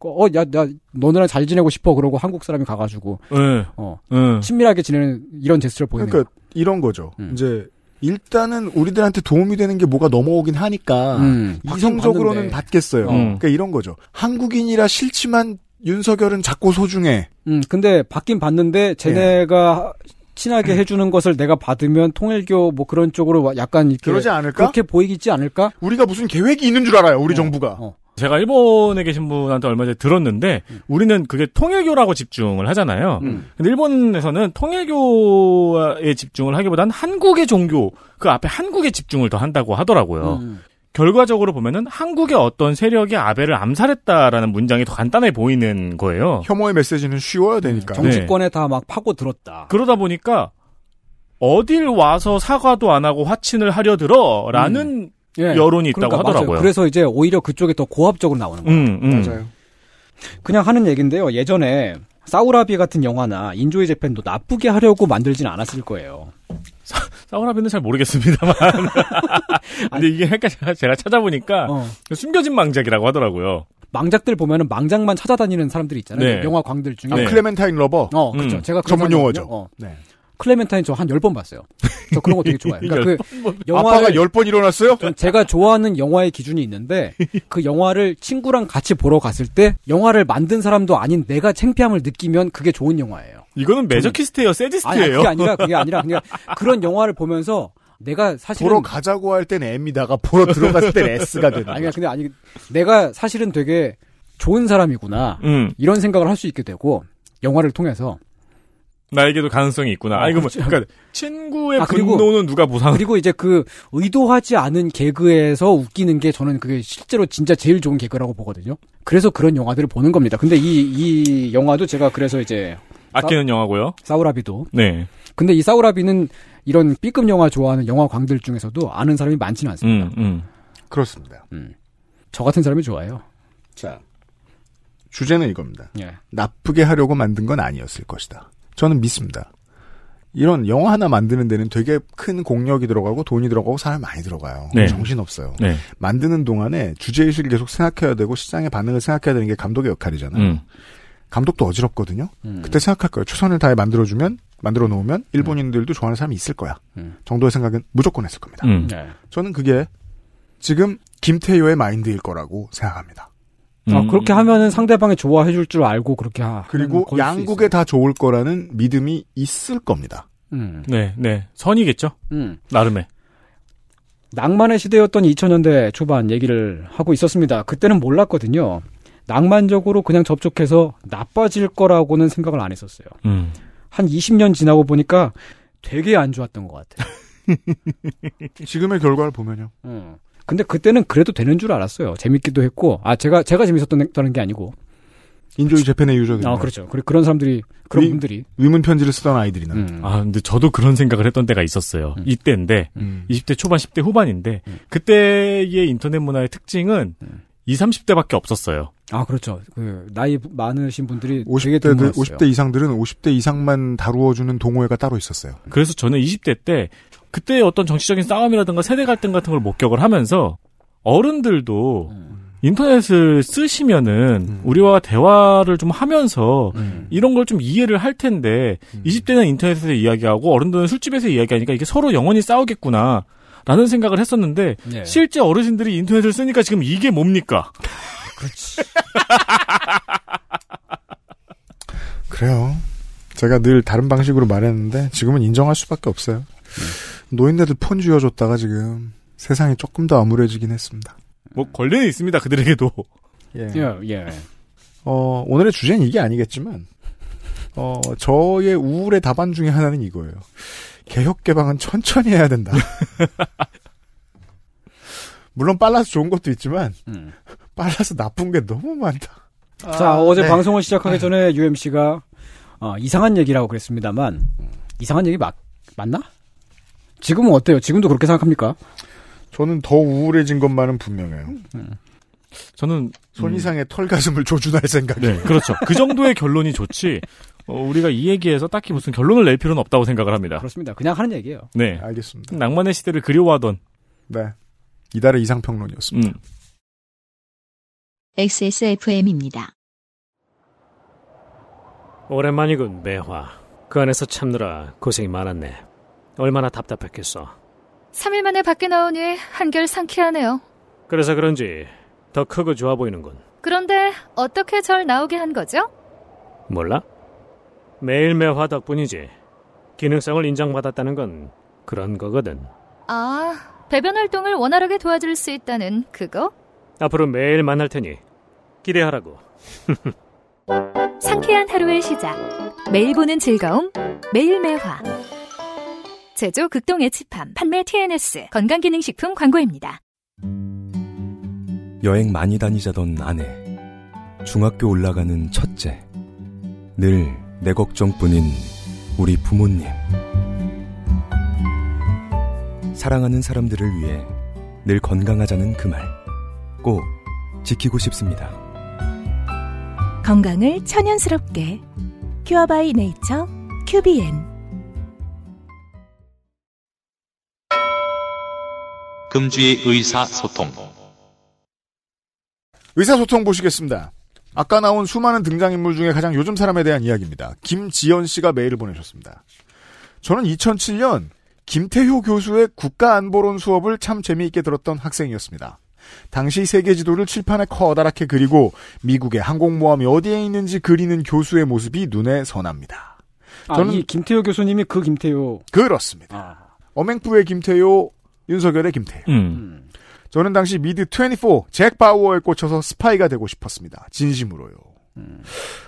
[SPEAKER 4] 어 야 나 너네랑 잘 지내고 싶어 그러고 한국 사람이 가가지고
[SPEAKER 3] 네.
[SPEAKER 4] 어
[SPEAKER 3] 네.
[SPEAKER 4] 친밀하게 지내는 이런 제스처를 보이는
[SPEAKER 2] 음. 그러니까 이런 거죠.
[SPEAKER 4] 음.
[SPEAKER 2] 이제 일단은 우리들한테 도움이 되는 게 뭐가 넘어오긴 하니까
[SPEAKER 4] 음,
[SPEAKER 2] 이성적으로는
[SPEAKER 4] 받-
[SPEAKER 2] 받겠어요.
[SPEAKER 4] 어.
[SPEAKER 2] 그러니까 이런 거죠. 한국인이라 싫지만 윤석열은 작고 소중해.
[SPEAKER 4] 음, 근데 받긴 받는데 쟤네가 친하게 해주는 것을 내가 받으면 통일교 뭐 그런 쪽으로 와- 약간 이렇게
[SPEAKER 2] 예. 그러지 않을까?
[SPEAKER 4] 그렇게 보이겠지 않을까?
[SPEAKER 2] 우리가 무슨 계획이 있는 줄 알아요. 우리
[SPEAKER 4] 어,
[SPEAKER 2] 정부가.
[SPEAKER 4] 어.
[SPEAKER 3] 제가 일본에 계신 분한테 얼마 전에 들었는데 우리는 그게 통일교라고 집중을 하잖아요.
[SPEAKER 4] 음.
[SPEAKER 3] 근데 일본에서는 통일교에 집중을 하기보단 한국의 종교 그 앞에 한국에 집중을 더 한다고 하더라고요.
[SPEAKER 4] 음.
[SPEAKER 3] 결과적으로 보면은 한국의 어떤 세력이 아베를 암살했다라는 문장이 더 간단해 보이는 거예요.
[SPEAKER 2] 혐오의 메시지는 쉬워야 되니까.
[SPEAKER 3] 네.
[SPEAKER 4] 음. 정치권에 다 막 파고 들었다.
[SPEAKER 3] 그러다 보니까 어딜 와서 사과도 안 하고 화친을 하려 들어라는
[SPEAKER 4] 예.
[SPEAKER 3] 여론이 있다고
[SPEAKER 4] 그러니까 맞아요.
[SPEAKER 3] 하더라고요.
[SPEAKER 4] 그래서 이제 오히려 그쪽이 더 고압적으로 나오는 거예요.
[SPEAKER 3] 음, 음.
[SPEAKER 2] 맞아요.
[SPEAKER 4] 그냥 하는 얘긴데요. 예전에 사우라비 같은 영화나 인조의 재팬도 나쁘게 하려고 만들진 않았을 거예요.
[SPEAKER 3] 사우라비는 잘 모르겠습니다만. 근데 이게 아까 제가- 제가 찾아보니까
[SPEAKER 4] 어.
[SPEAKER 3] 숨겨진 망작이라고 하더라고요.
[SPEAKER 4] 망작들 보면은 망작만 찾아다니는 사람들이 있잖아요.
[SPEAKER 3] 네.
[SPEAKER 4] 영화광들 중에.
[SPEAKER 2] 아,
[SPEAKER 3] 네.
[SPEAKER 2] 클레멘타인 러버.
[SPEAKER 4] 어, 그렇죠.
[SPEAKER 3] 음.
[SPEAKER 4] 제가 그런
[SPEAKER 2] 전문
[SPEAKER 4] 사람이거든요.
[SPEAKER 2] 용어죠.
[SPEAKER 4] 어.
[SPEAKER 2] 네.
[SPEAKER 4] 클레멘타인 저 한 열 번 봤어요. 저 그런 거 되게 좋아해요. 그러니까 그 영화를
[SPEAKER 2] 아빠가 열 번 일어났어요?
[SPEAKER 4] 전 제가 좋아하는 영화의 기준이 있는데 그 영화를 친구랑 같이 보러 갔을 때 영화를 만든 사람도 아닌 내가 창피함을 느끼면 그게 좋은 영화예요.
[SPEAKER 3] 이거는 메저키스트예요,
[SPEAKER 4] 아니 아니,
[SPEAKER 3] 세디스트예요.
[SPEAKER 4] 그게 아니라 그게 아니라 그냥 그런 영화를 보면서 내가 사실은
[SPEAKER 2] 보러 가자고 할 땐 M이다가 보러 들어갔을 땐 S가 되는.
[SPEAKER 4] 아니 근데 아니 내가 사실은 되게 좋은 사람이구나
[SPEAKER 3] 음,
[SPEAKER 4] 이런 생각을 할 수 있게 되고 영화를 통해서
[SPEAKER 3] 나에게도 가능성이 있구나. 아, 이거 뭐, 그러니까 친구의
[SPEAKER 4] 그렇죠. 아, 그리고-
[SPEAKER 3] 분노는 누가 보상?
[SPEAKER 4] 그리고 이제 그 의도하지 않은 개그에서 웃기는 게 저는 그게 실제로 진짜 제일 좋은 개그라고 보거든요. 그래서 그런 영화들을 보는 겁니다. 근데 이 이 영화도 제가 그래서 이제
[SPEAKER 3] 아끼는 영화고요.
[SPEAKER 4] 사우라비도
[SPEAKER 3] 네.
[SPEAKER 4] 근데 이 사우라비는 이런 B급 영화 좋아하는 영화광들 중에서도 아는 사람이 많지는 않습니다.
[SPEAKER 3] 음, 음.
[SPEAKER 2] 그렇습니다. 음.
[SPEAKER 4] 저 같은 사람이 좋아해요.
[SPEAKER 2] 자. 주제는 이겁니다.
[SPEAKER 4] 예.
[SPEAKER 2] 나쁘게 하려고 만든 건 아니었을 것이다. 저는 믿습니다. 이런 영화 하나 만드는 데는 되게 큰 공력이 들어가고 돈이 들어가고 사람 많이 들어가요.
[SPEAKER 3] 네.
[SPEAKER 2] 정신 없어요.
[SPEAKER 3] 네.
[SPEAKER 2] 만드는 동안에 주제의식을 계속 생각해야 되고 시장의 반응을 생각해야 되는 게 감독의 역할이잖아요.
[SPEAKER 3] 음.
[SPEAKER 2] 감독도 어지럽거든요.
[SPEAKER 4] 음.
[SPEAKER 2] 그때 생각할 거예요. 최선을 다해 만들어주면, 만들어 놓으면 일본인들도 좋아하는 사람이 있을 거야.
[SPEAKER 4] 음.
[SPEAKER 2] 정도의 생각은 무조건 했을 겁니다.
[SPEAKER 3] 음.
[SPEAKER 4] 예.
[SPEAKER 2] 저는 그게 지금 김태효의 마인드일 거라고 생각합니다.
[SPEAKER 4] 아,
[SPEAKER 3] 음.
[SPEAKER 4] 그렇게 하면은 상대방이 좋아해 줄 줄 알고 그렇게 하.
[SPEAKER 2] 그리고
[SPEAKER 4] 음, 거일 수
[SPEAKER 2] 양국에
[SPEAKER 4] 있어요.
[SPEAKER 2] 다 좋을 거라는 믿음이 있을 겁니다.
[SPEAKER 4] 음.
[SPEAKER 3] 네, 네. 선이겠죠?
[SPEAKER 4] 음.
[SPEAKER 3] 나름의.
[SPEAKER 4] 낭만의 시대였던 2000년대 초반 얘기를 하고 있었습니다. 그때는 몰랐거든요. 낭만적으로 그냥 접촉해서 나빠질 거라고는 생각을 안 했었어요.
[SPEAKER 3] 음.
[SPEAKER 4] 한 20년 지나고 보니까 되게 안 좋았던 것 같아요.
[SPEAKER 2] 지금의 결과를 보면요.
[SPEAKER 4] 음. 근데 그때는 그래도 되는 줄 알았어요. 재밌기도 했고, 아 제가 제가 재밌었던 게 아니고,
[SPEAKER 2] 인조이 재팬의 유저들.
[SPEAKER 4] 아 그렇죠. 그리- 그런 사람들이 그런
[SPEAKER 2] 이-
[SPEAKER 4] 분들이,
[SPEAKER 2] 의문 편지를 쓰던 네. 아이들이나.
[SPEAKER 4] 음.
[SPEAKER 3] 아, 근데 저도 그런 생각을 했던 때가 있었어요.
[SPEAKER 4] 음.
[SPEAKER 3] 이때인데,
[SPEAKER 2] 음.
[SPEAKER 3] 20대 초반, 10대 후반인데,
[SPEAKER 4] 음.
[SPEAKER 3] 그때의 인터넷 문화의 특징은
[SPEAKER 4] 음.
[SPEAKER 3] 20, 30대밖에 없었어요.
[SPEAKER 4] 아, 그렇죠. 그 나이 많으신 분들이 되게
[SPEAKER 2] 50대들, 그
[SPEAKER 4] 드물었어요.
[SPEAKER 2] 50대 이상들은 50대 이상만 다루어주는 동호회가 따로 있었어요.
[SPEAKER 3] 그래서 저는 20대 때 그때의 어떤 정치적인 싸움이라든가 세대 갈등 같은 걸 목격을 하면서 어른들도 인터넷을 쓰시면은 우리와 대화를 좀 하면서
[SPEAKER 4] 음.
[SPEAKER 3] 이런 걸 좀 이해를 할 텐데 20대는 인터넷에서 이야기하고 어른들은 술집에서 이야기하니까 이게 서로 영원히 싸우겠구나. 라는 생각을 했었는데
[SPEAKER 4] 네.
[SPEAKER 3] 실제 어르신들이 인터넷을 쓰니까 지금 이게 뭡니까?
[SPEAKER 2] 그래요. 제가 늘 다른 방식으로 말했는데 지금은 인정할 수밖에 없어요. 노인네들 폰 쥐어줬다가 지금 세상이 조금 더 암울해지긴 했습니다.
[SPEAKER 3] 뭐 권리는 있습니다 그들에게도.
[SPEAKER 2] 예.
[SPEAKER 4] 예, 예.
[SPEAKER 2] 어, 오늘의 주제는 이게 아니겠지만 어, 저의 우울의 답안 중에 하나는 이거예요. 개혁 개방은 천천히 해야 된다. 물론 빨라서 좋은 것도 있지만
[SPEAKER 4] 음.
[SPEAKER 2] 빨라서 나쁜 게 너무 많다.
[SPEAKER 4] 자, 어제
[SPEAKER 2] 네.
[SPEAKER 4] 방송을 시작하기 전에 UMC가 어, 이상한 얘기라고 그랬습니다만 이상한 얘기 맞 맞나? 지금은 어때요? 지금도 그렇게 생각합니까?
[SPEAKER 2] 저는 더 우울해진 것만은 분명해요.
[SPEAKER 3] 저는 음,
[SPEAKER 2] 손이상의 털 가슴을 조준할 생각.
[SPEAKER 3] 네, 그렇죠. 그 정도의 결론이 좋지. 어, 우리가 이 얘기에서 딱히 무슨 결론을 낼 필요는 없다고 생각을 합니다.
[SPEAKER 4] 그렇습니다. 그냥 하는 얘기예요.
[SPEAKER 3] 네.
[SPEAKER 2] 알겠습니다.
[SPEAKER 3] 낭만의 시대를 그리워하던
[SPEAKER 2] 네. 이달의 이상평론이었습니다.
[SPEAKER 3] 음,
[SPEAKER 1] XSFM입니다.
[SPEAKER 10] 오랜만이군, 매화. 그 안에서 참느라 고생이 많았네. 얼마나 답답했겠어.
[SPEAKER 7] 3일 만에 밖에 나오니 한결 상쾌하네요.
[SPEAKER 10] 그래서 그런지 더 크고 좋아 보이는군.
[SPEAKER 7] 그런데 어떻게 절 나오게 한 거죠?
[SPEAKER 10] 몰라? 매일 매화 덕분이지. 기능성을 인정받았다는 건 그런 거거든.
[SPEAKER 7] 아, 배변 활동을 원활하게 도와줄 수 있다는 그거?
[SPEAKER 10] 앞으로 매일 만날 테니 기대하라고.
[SPEAKER 7] 상쾌한 하루의 시작. 매일 보는 즐거움, 매일 매화. 제조 극동 애치팜, 판매 TNS, 건강기능식품 광고입니다.
[SPEAKER 6] 여행 많이 다니자던 아내. 중학교 올라가는 첫째. 늘 내 걱정뿐인 우리 부모님. 사랑하는 사람들을 위해 늘 건강하자는 그 말. 꼭 지키고 싶습니다.
[SPEAKER 5] 건강을 천연스럽게 큐어바이 네이처 큐비엔
[SPEAKER 9] 금주의 의사소통.
[SPEAKER 2] 의사소통 보시겠습니다. 아까 나온 수많은 등장인물 중에 가장 요즘 사람에 대한 이야기입니다. 김지연 씨가 메일을 보내셨습니다. 저는 2007년 김태효 교수의 국가안보론 수업을 참 재미있게 들었던 학생이었습니다. 당시 세계 지도를 칠판에 커다랗게 그리고 미국의 항공모함이 어디에 있는지 그리는 교수의 모습이 눈에 선합니다.
[SPEAKER 4] 저는 아, 이 김태효 교수님이 그 김태효 아.
[SPEAKER 2] 그렇습니다. 어맹부의 김태효, 윤석열의 김태효.
[SPEAKER 3] 음.
[SPEAKER 2] 저는 당시 미드 24잭 바우어에 꽂혀서 스파이가 되고 싶었습니다. 진심으로요.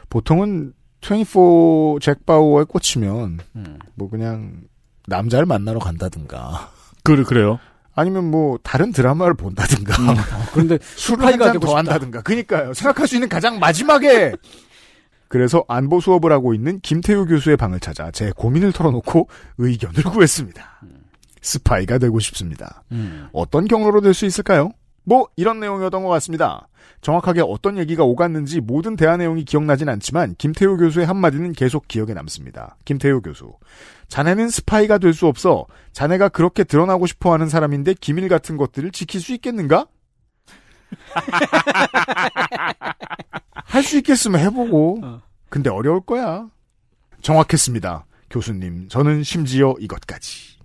[SPEAKER 2] 보통은 24잭 바우어에 꽂히면 뭐 그냥 남자를 만나러 간다든가.
[SPEAKER 3] 그 그래요. 음.
[SPEAKER 2] 아니면 뭐 다른 드라마를 본다든가.
[SPEAKER 4] 그런데
[SPEAKER 2] 술을
[SPEAKER 4] 스파이가
[SPEAKER 2] 한 잔
[SPEAKER 4] 되고
[SPEAKER 2] 더
[SPEAKER 4] 싶다.
[SPEAKER 2] 한다든가. 그니까요. 생각할 수 있는 가장 마지막에. 그래서 안보 수업을 하고 있는 김태우 교수의 방을 찾아 제 고민을 털어놓고 의견을 구했습니다. 스파이가 되고 싶습니다.
[SPEAKER 4] 음.
[SPEAKER 2] 어떤 경로로 될 수 있을까요? 뭐 이런 내용이었던 것 같습니다. 정확하게 어떤 얘기가 오갔는지 모든 대화 내용이 기억나진 않지만 김태효 교수의 한마디는 계속 기억에 남습니다. 김태효 교수. 자네는 스파이가 될 수 없어. 자네가 그렇게 드러나고 싶어 하는 사람인데 기밀 같은 것들을 지킬 수 있겠는가? 할 수 있겠으면 해보고. 근데 어려울 거야. 정확했습니다. 교수님, 저는 심지어 이것까지.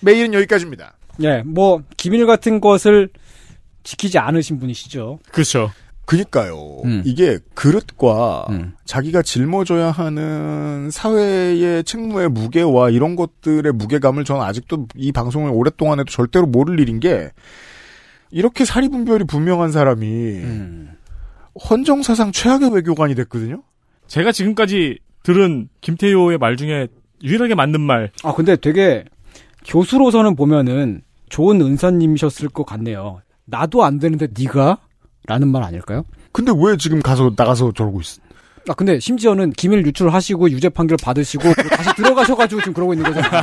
[SPEAKER 2] 메일은 여기까지입니다.
[SPEAKER 4] 예, 뭐 기밀 같은 것을 지키지 않으신 분이시죠.
[SPEAKER 3] 그렇죠.
[SPEAKER 2] 그니까요. 이게 그릇과 자기가 짊어져야 하는 사회의 책무의 무게와 이런 것들의 무게감을 저는 아직도 이 방송을 오랫동안 해도 절대로 모를 일인 게 이렇게 사리분별이 분명한 사람이 헌정사상 최악의 외교관이 됐거든요.
[SPEAKER 3] 제가 지금까지 들은 김태효의 말 중에 유일하게 맞는 말.
[SPEAKER 4] 아 근데 되게 교수로서는 보면은 좋은 은사님이셨을 것 같네요. 나도 안 되는데 네가 라는 말 아닐까요?
[SPEAKER 2] 근데 왜 지금 가서 나가서 저러고 있어?
[SPEAKER 4] 아 근데 심지어는 기밀 유출하시고 유죄 판결 받으시고 그리고 다시 들어가셔가지고 지금 그러고 있는 거잖아요.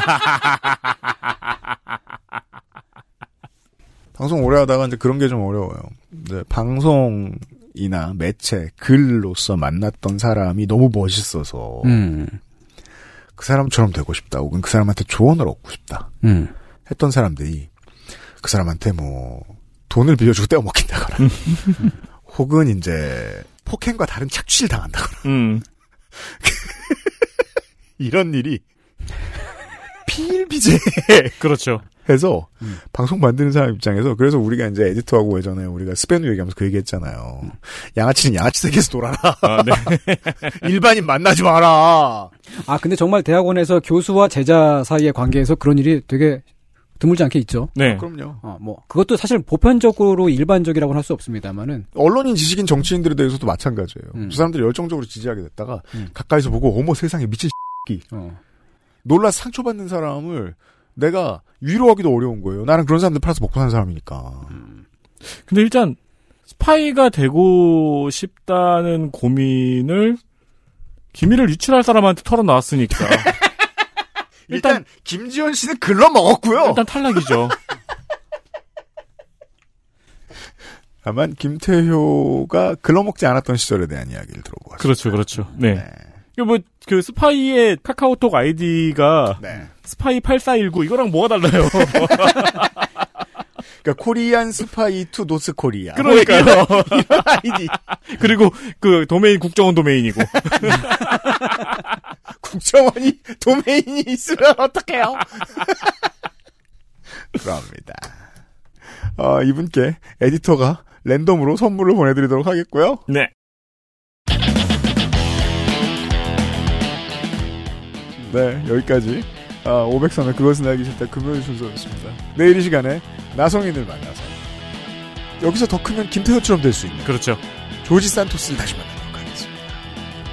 [SPEAKER 2] 방송 오래 하다가 이제 그런 게 좀 어려워요. 이제 방송이나 매체, 글로서 만났던 사람이 너무 멋있어서
[SPEAKER 4] 음.
[SPEAKER 2] 그 사람처럼 되고 싶다 혹은 그 사람한테 조언을 얻고 싶다
[SPEAKER 4] 음.
[SPEAKER 2] 했던 사람들이 그 사람한테 뭐 돈을 빌려주고 떼어먹힌다거나 혹은 이제 폭행과 다른 착취를 당한다거나
[SPEAKER 3] 음.
[SPEAKER 2] 이런 일이 필비재
[SPEAKER 3] 그렇죠.
[SPEAKER 2] 해서 방송 만드는 사람 입장에서 그래서 우리가 이제 에디터하고 예전에 우리가 스페누 얘기하면서 그 얘기했잖아요. 양아치는 양아치 세계에서 놀아라.
[SPEAKER 3] 네.
[SPEAKER 2] 일반인 만나지 마라.
[SPEAKER 4] 아 근데 정말 대학원에서 교수와 제자 사이의 관계에서 그런 일이 되게 드물지 않게 있죠.
[SPEAKER 3] 네.
[SPEAKER 2] 그럼요.
[SPEAKER 4] 어, 뭐 그것도 사실 보편적으로 일반적이라고는 할 수 없습니다만은
[SPEAKER 2] 언론인 지식인 정치인들에 대해서도 마찬가지예요. 그 사람들이 열정적으로 지지하게 됐다가 가까이서 보고 어머 세상에 미친 끼
[SPEAKER 4] 어.
[SPEAKER 2] 놀라 상처받는 사람을 내가 위로하기도 어려운 거예요. 나는 그런 사람들 팔아서 먹고 사는 사람이니까.
[SPEAKER 3] 근데 일단 스파이가 되고 싶다는 고민을 기밀을 유출할 사람한테 털어놨으니까
[SPEAKER 2] 일단, 김지현 씨는 글러 먹었고요.
[SPEAKER 3] 일단 탈락이죠.
[SPEAKER 2] 다만 김태효가 글러 먹지 않았던 시절에 대한 이야기를 들어보고 왔습니다.
[SPEAKER 3] 그렇죠, 그렇죠. 네. 뭐그 스파이의 카카오톡 아이디가
[SPEAKER 2] 네.
[SPEAKER 3] 스파이 8419 이거랑 뭐가 달라요?
[SPEAKER 2] 그러니까 코리안 스파이 투 노스 코리아.
[SPEAKER 3] 그러니까요.
[SPEAKER 2] 아이디.
[SPEAKER 3] 그리고 그 도메인 국정원 도메인이고
[SPEAKER 2] 국정원이 도메인이 있으면 어떡해요? 그럽니다. 어, 이분께 에디터가 랜덤으로 선물을 보내드리도록 하겠고요.
[SPEAKER 3] 네.
[SPEAKER 2] 네, 여기까지. 아, 500선의 그것은 알기 싫다 금요일 순서였습니다. 내일 이 시간에 나성인을 만나서 여기서 더 크면 김태호처럼 될 수 있는
[SPEAKER 3] 그렇죠.
[SPEAKER 2] 조지 산토스를 다시 만나도록 하겠습니다.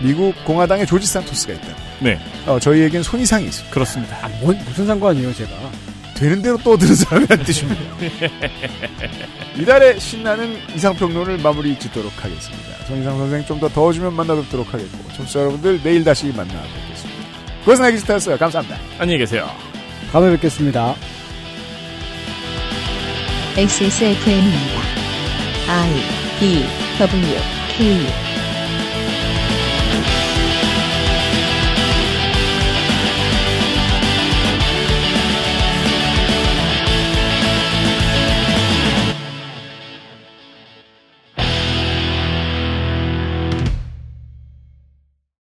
[SPEAKER 2] 미국 공화당에 조지 산토스가 있다.
[SPEAKER 3] 네.
[SPEAKER 2] 어, 저희에겐 손이상이 있습니다.
[SPEAKER 3] 그렇습니다.
[SPEAKER 4] 아, 뭔 무슨 상관이에요 제가
[SPEAKER 2] 되는 대로 떠드는 사람이란 뜻입니다. 이달의 신나는 이상평론을 마무리 짓도록 하겠습니다. 정이상 선생 좀 더 더워지면 만나뵙도록 하겠고 청취자 여러분들 내일 다시 만나뵙겠습니다. 그것은 알기 싫다였어요. 감사합니다.
[SPEAKER 3] 안녕히 계세요.
[SPEAKER 4] 다음에 뵙겠습니다.
[SPEAKER 1] XSFM입니다. I D W K